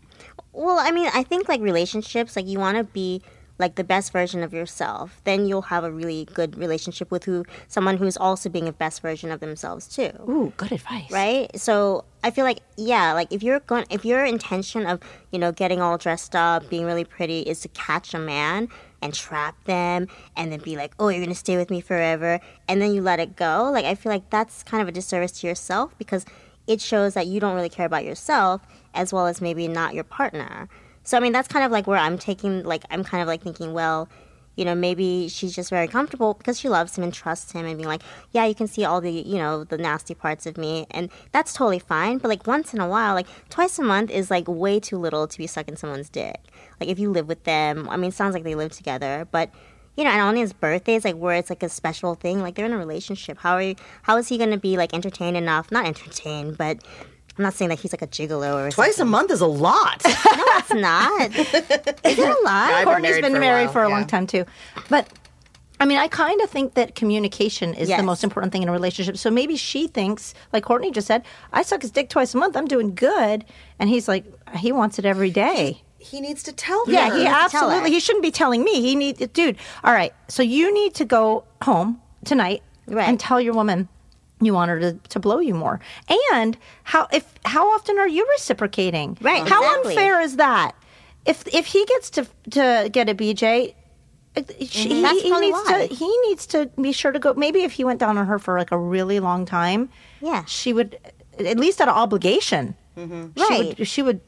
Speaker 3: Well, I mean, I think like relationships, like you want to be like the best version of yourself. Then you'll have a really good relationship with who someone who's also being a best version of themselves too.
Speaker 1: ooh, good advice,
Speaker 3: right so i feel like yeah like if you're going if your intention of you know getting all dressed up being really pretty is to catch a man and trap them and then be like oh you're gonna stay with me forever and then you let it go like i feel like that's kind of a disservice to yourself because it shows that you don't really care about yourself as well as maybe not your partner so i mean that's kind of like where i'm taking like i'm kind of like thinking well you know, maybe she's just very comfortable because she loves him and trusts him and being like, yeah, you can see all the, you know, the nasty parts of me. And that's totally fine. But like once in a while, like twice a month is like way too little to be sucking someone's dick. Like if you live with them, I mean, it sounds like they live together, but you know, and on his birthdays, like where it's like a special thing, like they're in a relationship. How are you, how is he going to be like entertained enough? Not entertained, but I'm not saying that he's like a gigolo or
Speaker 2: Twice a month is a lot.
Speaker 3: something. No, it's not. is it a lot?
Speaker 2: I've been
Speaker 1: Courtney's been married
Speaker 2: while,
Speaker 1: for a
Speaker 2: yeah.
Speaker 1: long time too, but I mean, I kind of think that communication is
Speaker 3: Yes.
Speaker 1: the most important thing in a relationship. So maybe she thinks, like Courtney just said, I suck his dick twice a month. I'm doing good, and he's like, he wants it every day.
Speaker 2: He needs to tell
Speaker 1: Yeah,
Speaker 2: her.
Speaker 1: he
Speaker 3: needs to tell
Speaker 1: absolutely.
Speaker 3: her.
Speaker 1: He shouldn't be telling me. He need, dude. All right, so you need to go home tonight
Speaker 3: Right.
Speaker 1: and tell your woman you want her to, to blow you more. And how if how often are you reciprocating?
Speaker 3: Right,
Speaker 1: How
Speaker 3: exactly.
Speaker 1: unfair is that? If if he gets to to get a BJ. it- She, he,
Speaker 3: Mm-hmm. That's
Speaker 1: he
Speaker 3: probably
Speaker 1: needs
Speaker 3: why.
Speaker 1: to. He needs to be sure to go. Maybe if he went down on her for like a really long time,
Speaker 3: Yeah. Mm-hmm.
Speaker 1: she would at least out of obligation, she
Speaker 3: Right.
Speaker 1: would, she would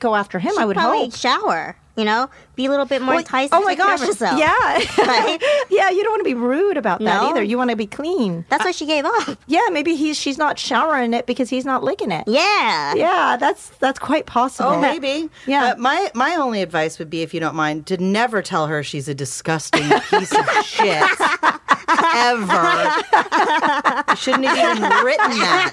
Speaker 1: go after him. I would
Speaker 3: probably
Speaker 1: hope
Speaker 3: shower. You know, be a little bit more
Speaker 1: Well,
Speaker 3: enticing.
Speaker 1: Oh my
Speaker 3: to crush
Speaker 1: gosh!
Speaker 3: yourself.
Speaker 1: Yeah,
Speaker 3: Right?
Speaker 1: yeah. You don't want to be rude about that
Speaker 3: No.
Speaker 1: either. You want to be clean.
Speaker 3: That's what she gave up.
Speaker 1: Yeah, maybe he's she's not showering it because he's not licking it.
Speaker 3: Yeah.
Speaker 1: Yeah, that's that's quite possible.
Speaker 2: Oh, maybe.
Speaker 1: Yeah.
Speaker 2: But my my only advice would be, if you don't mind, to never tell her she's a disgusting piece of shit. Ever. You shouldn't have even written that.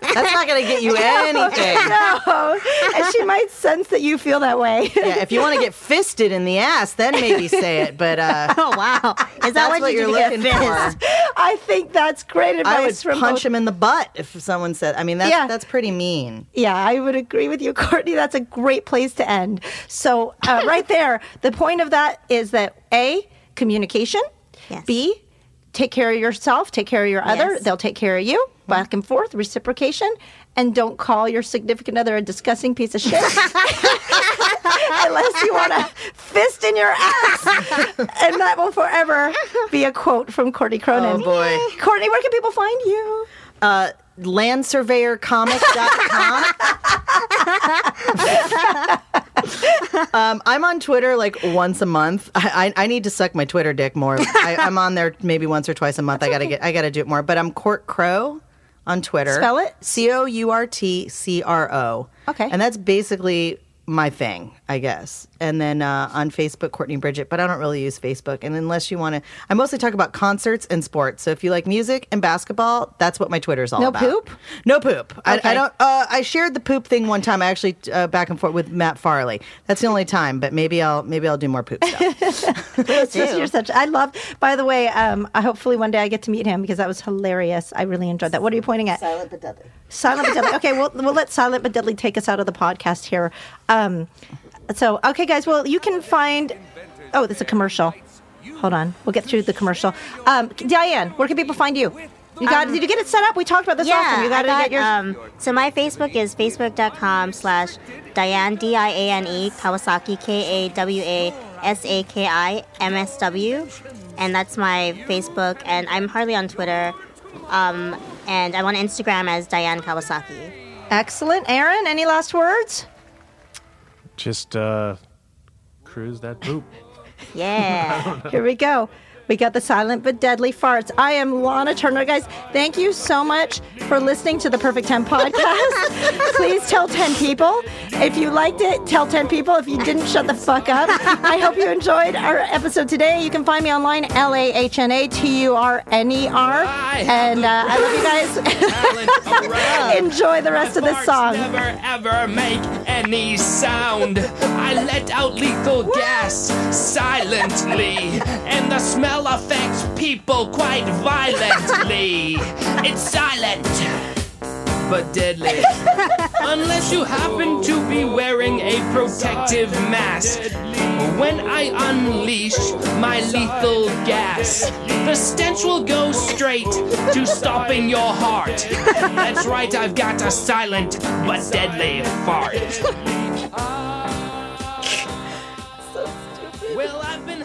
Speaker 2: That's not going to get you anything.
Speaker 1: No, and she might sense that you feel that way.
Speaker 2: Yeah, if you want to get fisted in the ass, then maybe say it. But uh,
Speaker 3: Oh wow. Is that
Speaker 2: that's
Speaker 3: what,
Speaker 2: what
Speaker 3: you
Speaker 2: you're
Speaker 3: do to get
Speaker 2: looking
Speaker 3: fist?
Speaker 2: for.
Speaker 1: I think that's great advice
Speaker 2: I would
Speaker 1: from
Speaker 2: punch
Speaker 1: both-
Speaker 2: him in the butt if someone said. I mean, that's
Speaker 1: Yeah.
Speaker 2: that's pretty mean.
Speaker 1: Yeah, I would agree with you, Courtney. That's a great place to end. So, uh, right there, the point of that is that A, communication.
Speaker 3: Yes.
Speaker 1: B, take care of yourself, take care of your other.
Speaker 3: Yes.
Speaker 1: They'll take care of you. Back and forth, reciprocation. And don't call your significant other a disgusting piece of shit. Unless you want to fist in your ass. and that will forever be a quote from Courtney Cronin.
Speaker 2: Oh, boy.
Speaker 1: Courtney, where can people find you?
Speaker 2: Uh, landsurveyorcomic.com. um, I'm on Twitter like once a month. I, I, I need to suck my Twitter dick more. I, I'm on there maybe once or twice a month. I gotta get I gotta do it more. But I'm Court Crow on Twitter.
Speaker 1: Spell it?
Speaker 2: C O U R T C R O.
Speaker 1: Okay.
Speaker 2: And that's basically my thing, I guess. And then uh, on Facebook, Courtney Bridget, but I don't really use Facebook. And unless you want to, I mostly talk about concerts and sports. So if you like music and basketball, that's what my Twitter's all
Speaker 1: No
Speaker 2: about.
Speaker 1: poop?
Speaker 2: No poop. I, I
Speaker 1: Okay.
Speaker 2: don't. Uh, I shared the poop thing one time. I actually uh, back and forth with Matt Farley. That's the only time. But maybe I'll maybe I'll do more poop stuff.
Speaker 1: It's just- you're such. I love. By the way, um, I hopefully one day I get to meet him because that was hilarious. I really enjoyed that. What are you pointing at?
Speaker 3: Silent but deadly.
Speaker 1: Silent but Deadly. Okay, well, we'll let Silent but Deadly take us out of the podcast here. Um, so, okay, guys, well, you can find. Oh, that's a commercial. Hold on. We'll get through the commercial. Um, Diane, where can people find you? You got? did you get it set up? We talked about this last time. You
Speaker 3: Um, I
Speaker 1: got to
Speaker 3: got,
Speaker 1: get your.
Speaker 3: um, so my Facebook is facebook.com slash Diane, D I A N E, Kawasaki, K A W A S A K I M S W. And that's my Facebook. And I'm hardly on Twitter. Um, and I'm on Instagram as Diane Kawasaki.
Speaker 1: Excellent, Aaron. Any last words?
Speaker 4: Just uh, cruise that poop.
Speaker 3: Yeah.
Speaker 1: Here we go. We got the silent but deadly farts. I am Lana Turner. Guys, thank you so much for listening to the Perfect 10 podcast. Please tell 10 people. If you liked it, tell 10 people. If you didn't, shut the fuck up. I hope you enjoyed our episode today. You can find me online, L A H N A T U R N E R. And uh, I love you guys. Enjoy the rest of this
Speaker 5: Farts
Speaker 1: song.
Speaker 5: Never ever make any sound. I let out lethal gas silently, and the smell affects people quite violently. it's silent. But deadly. Unless you happen to be wearing a protective mask. When I unleash my lethal gas, the stench will go straight to stopping your heart. That's right, I've got a silent but deadly fart. Well, I've been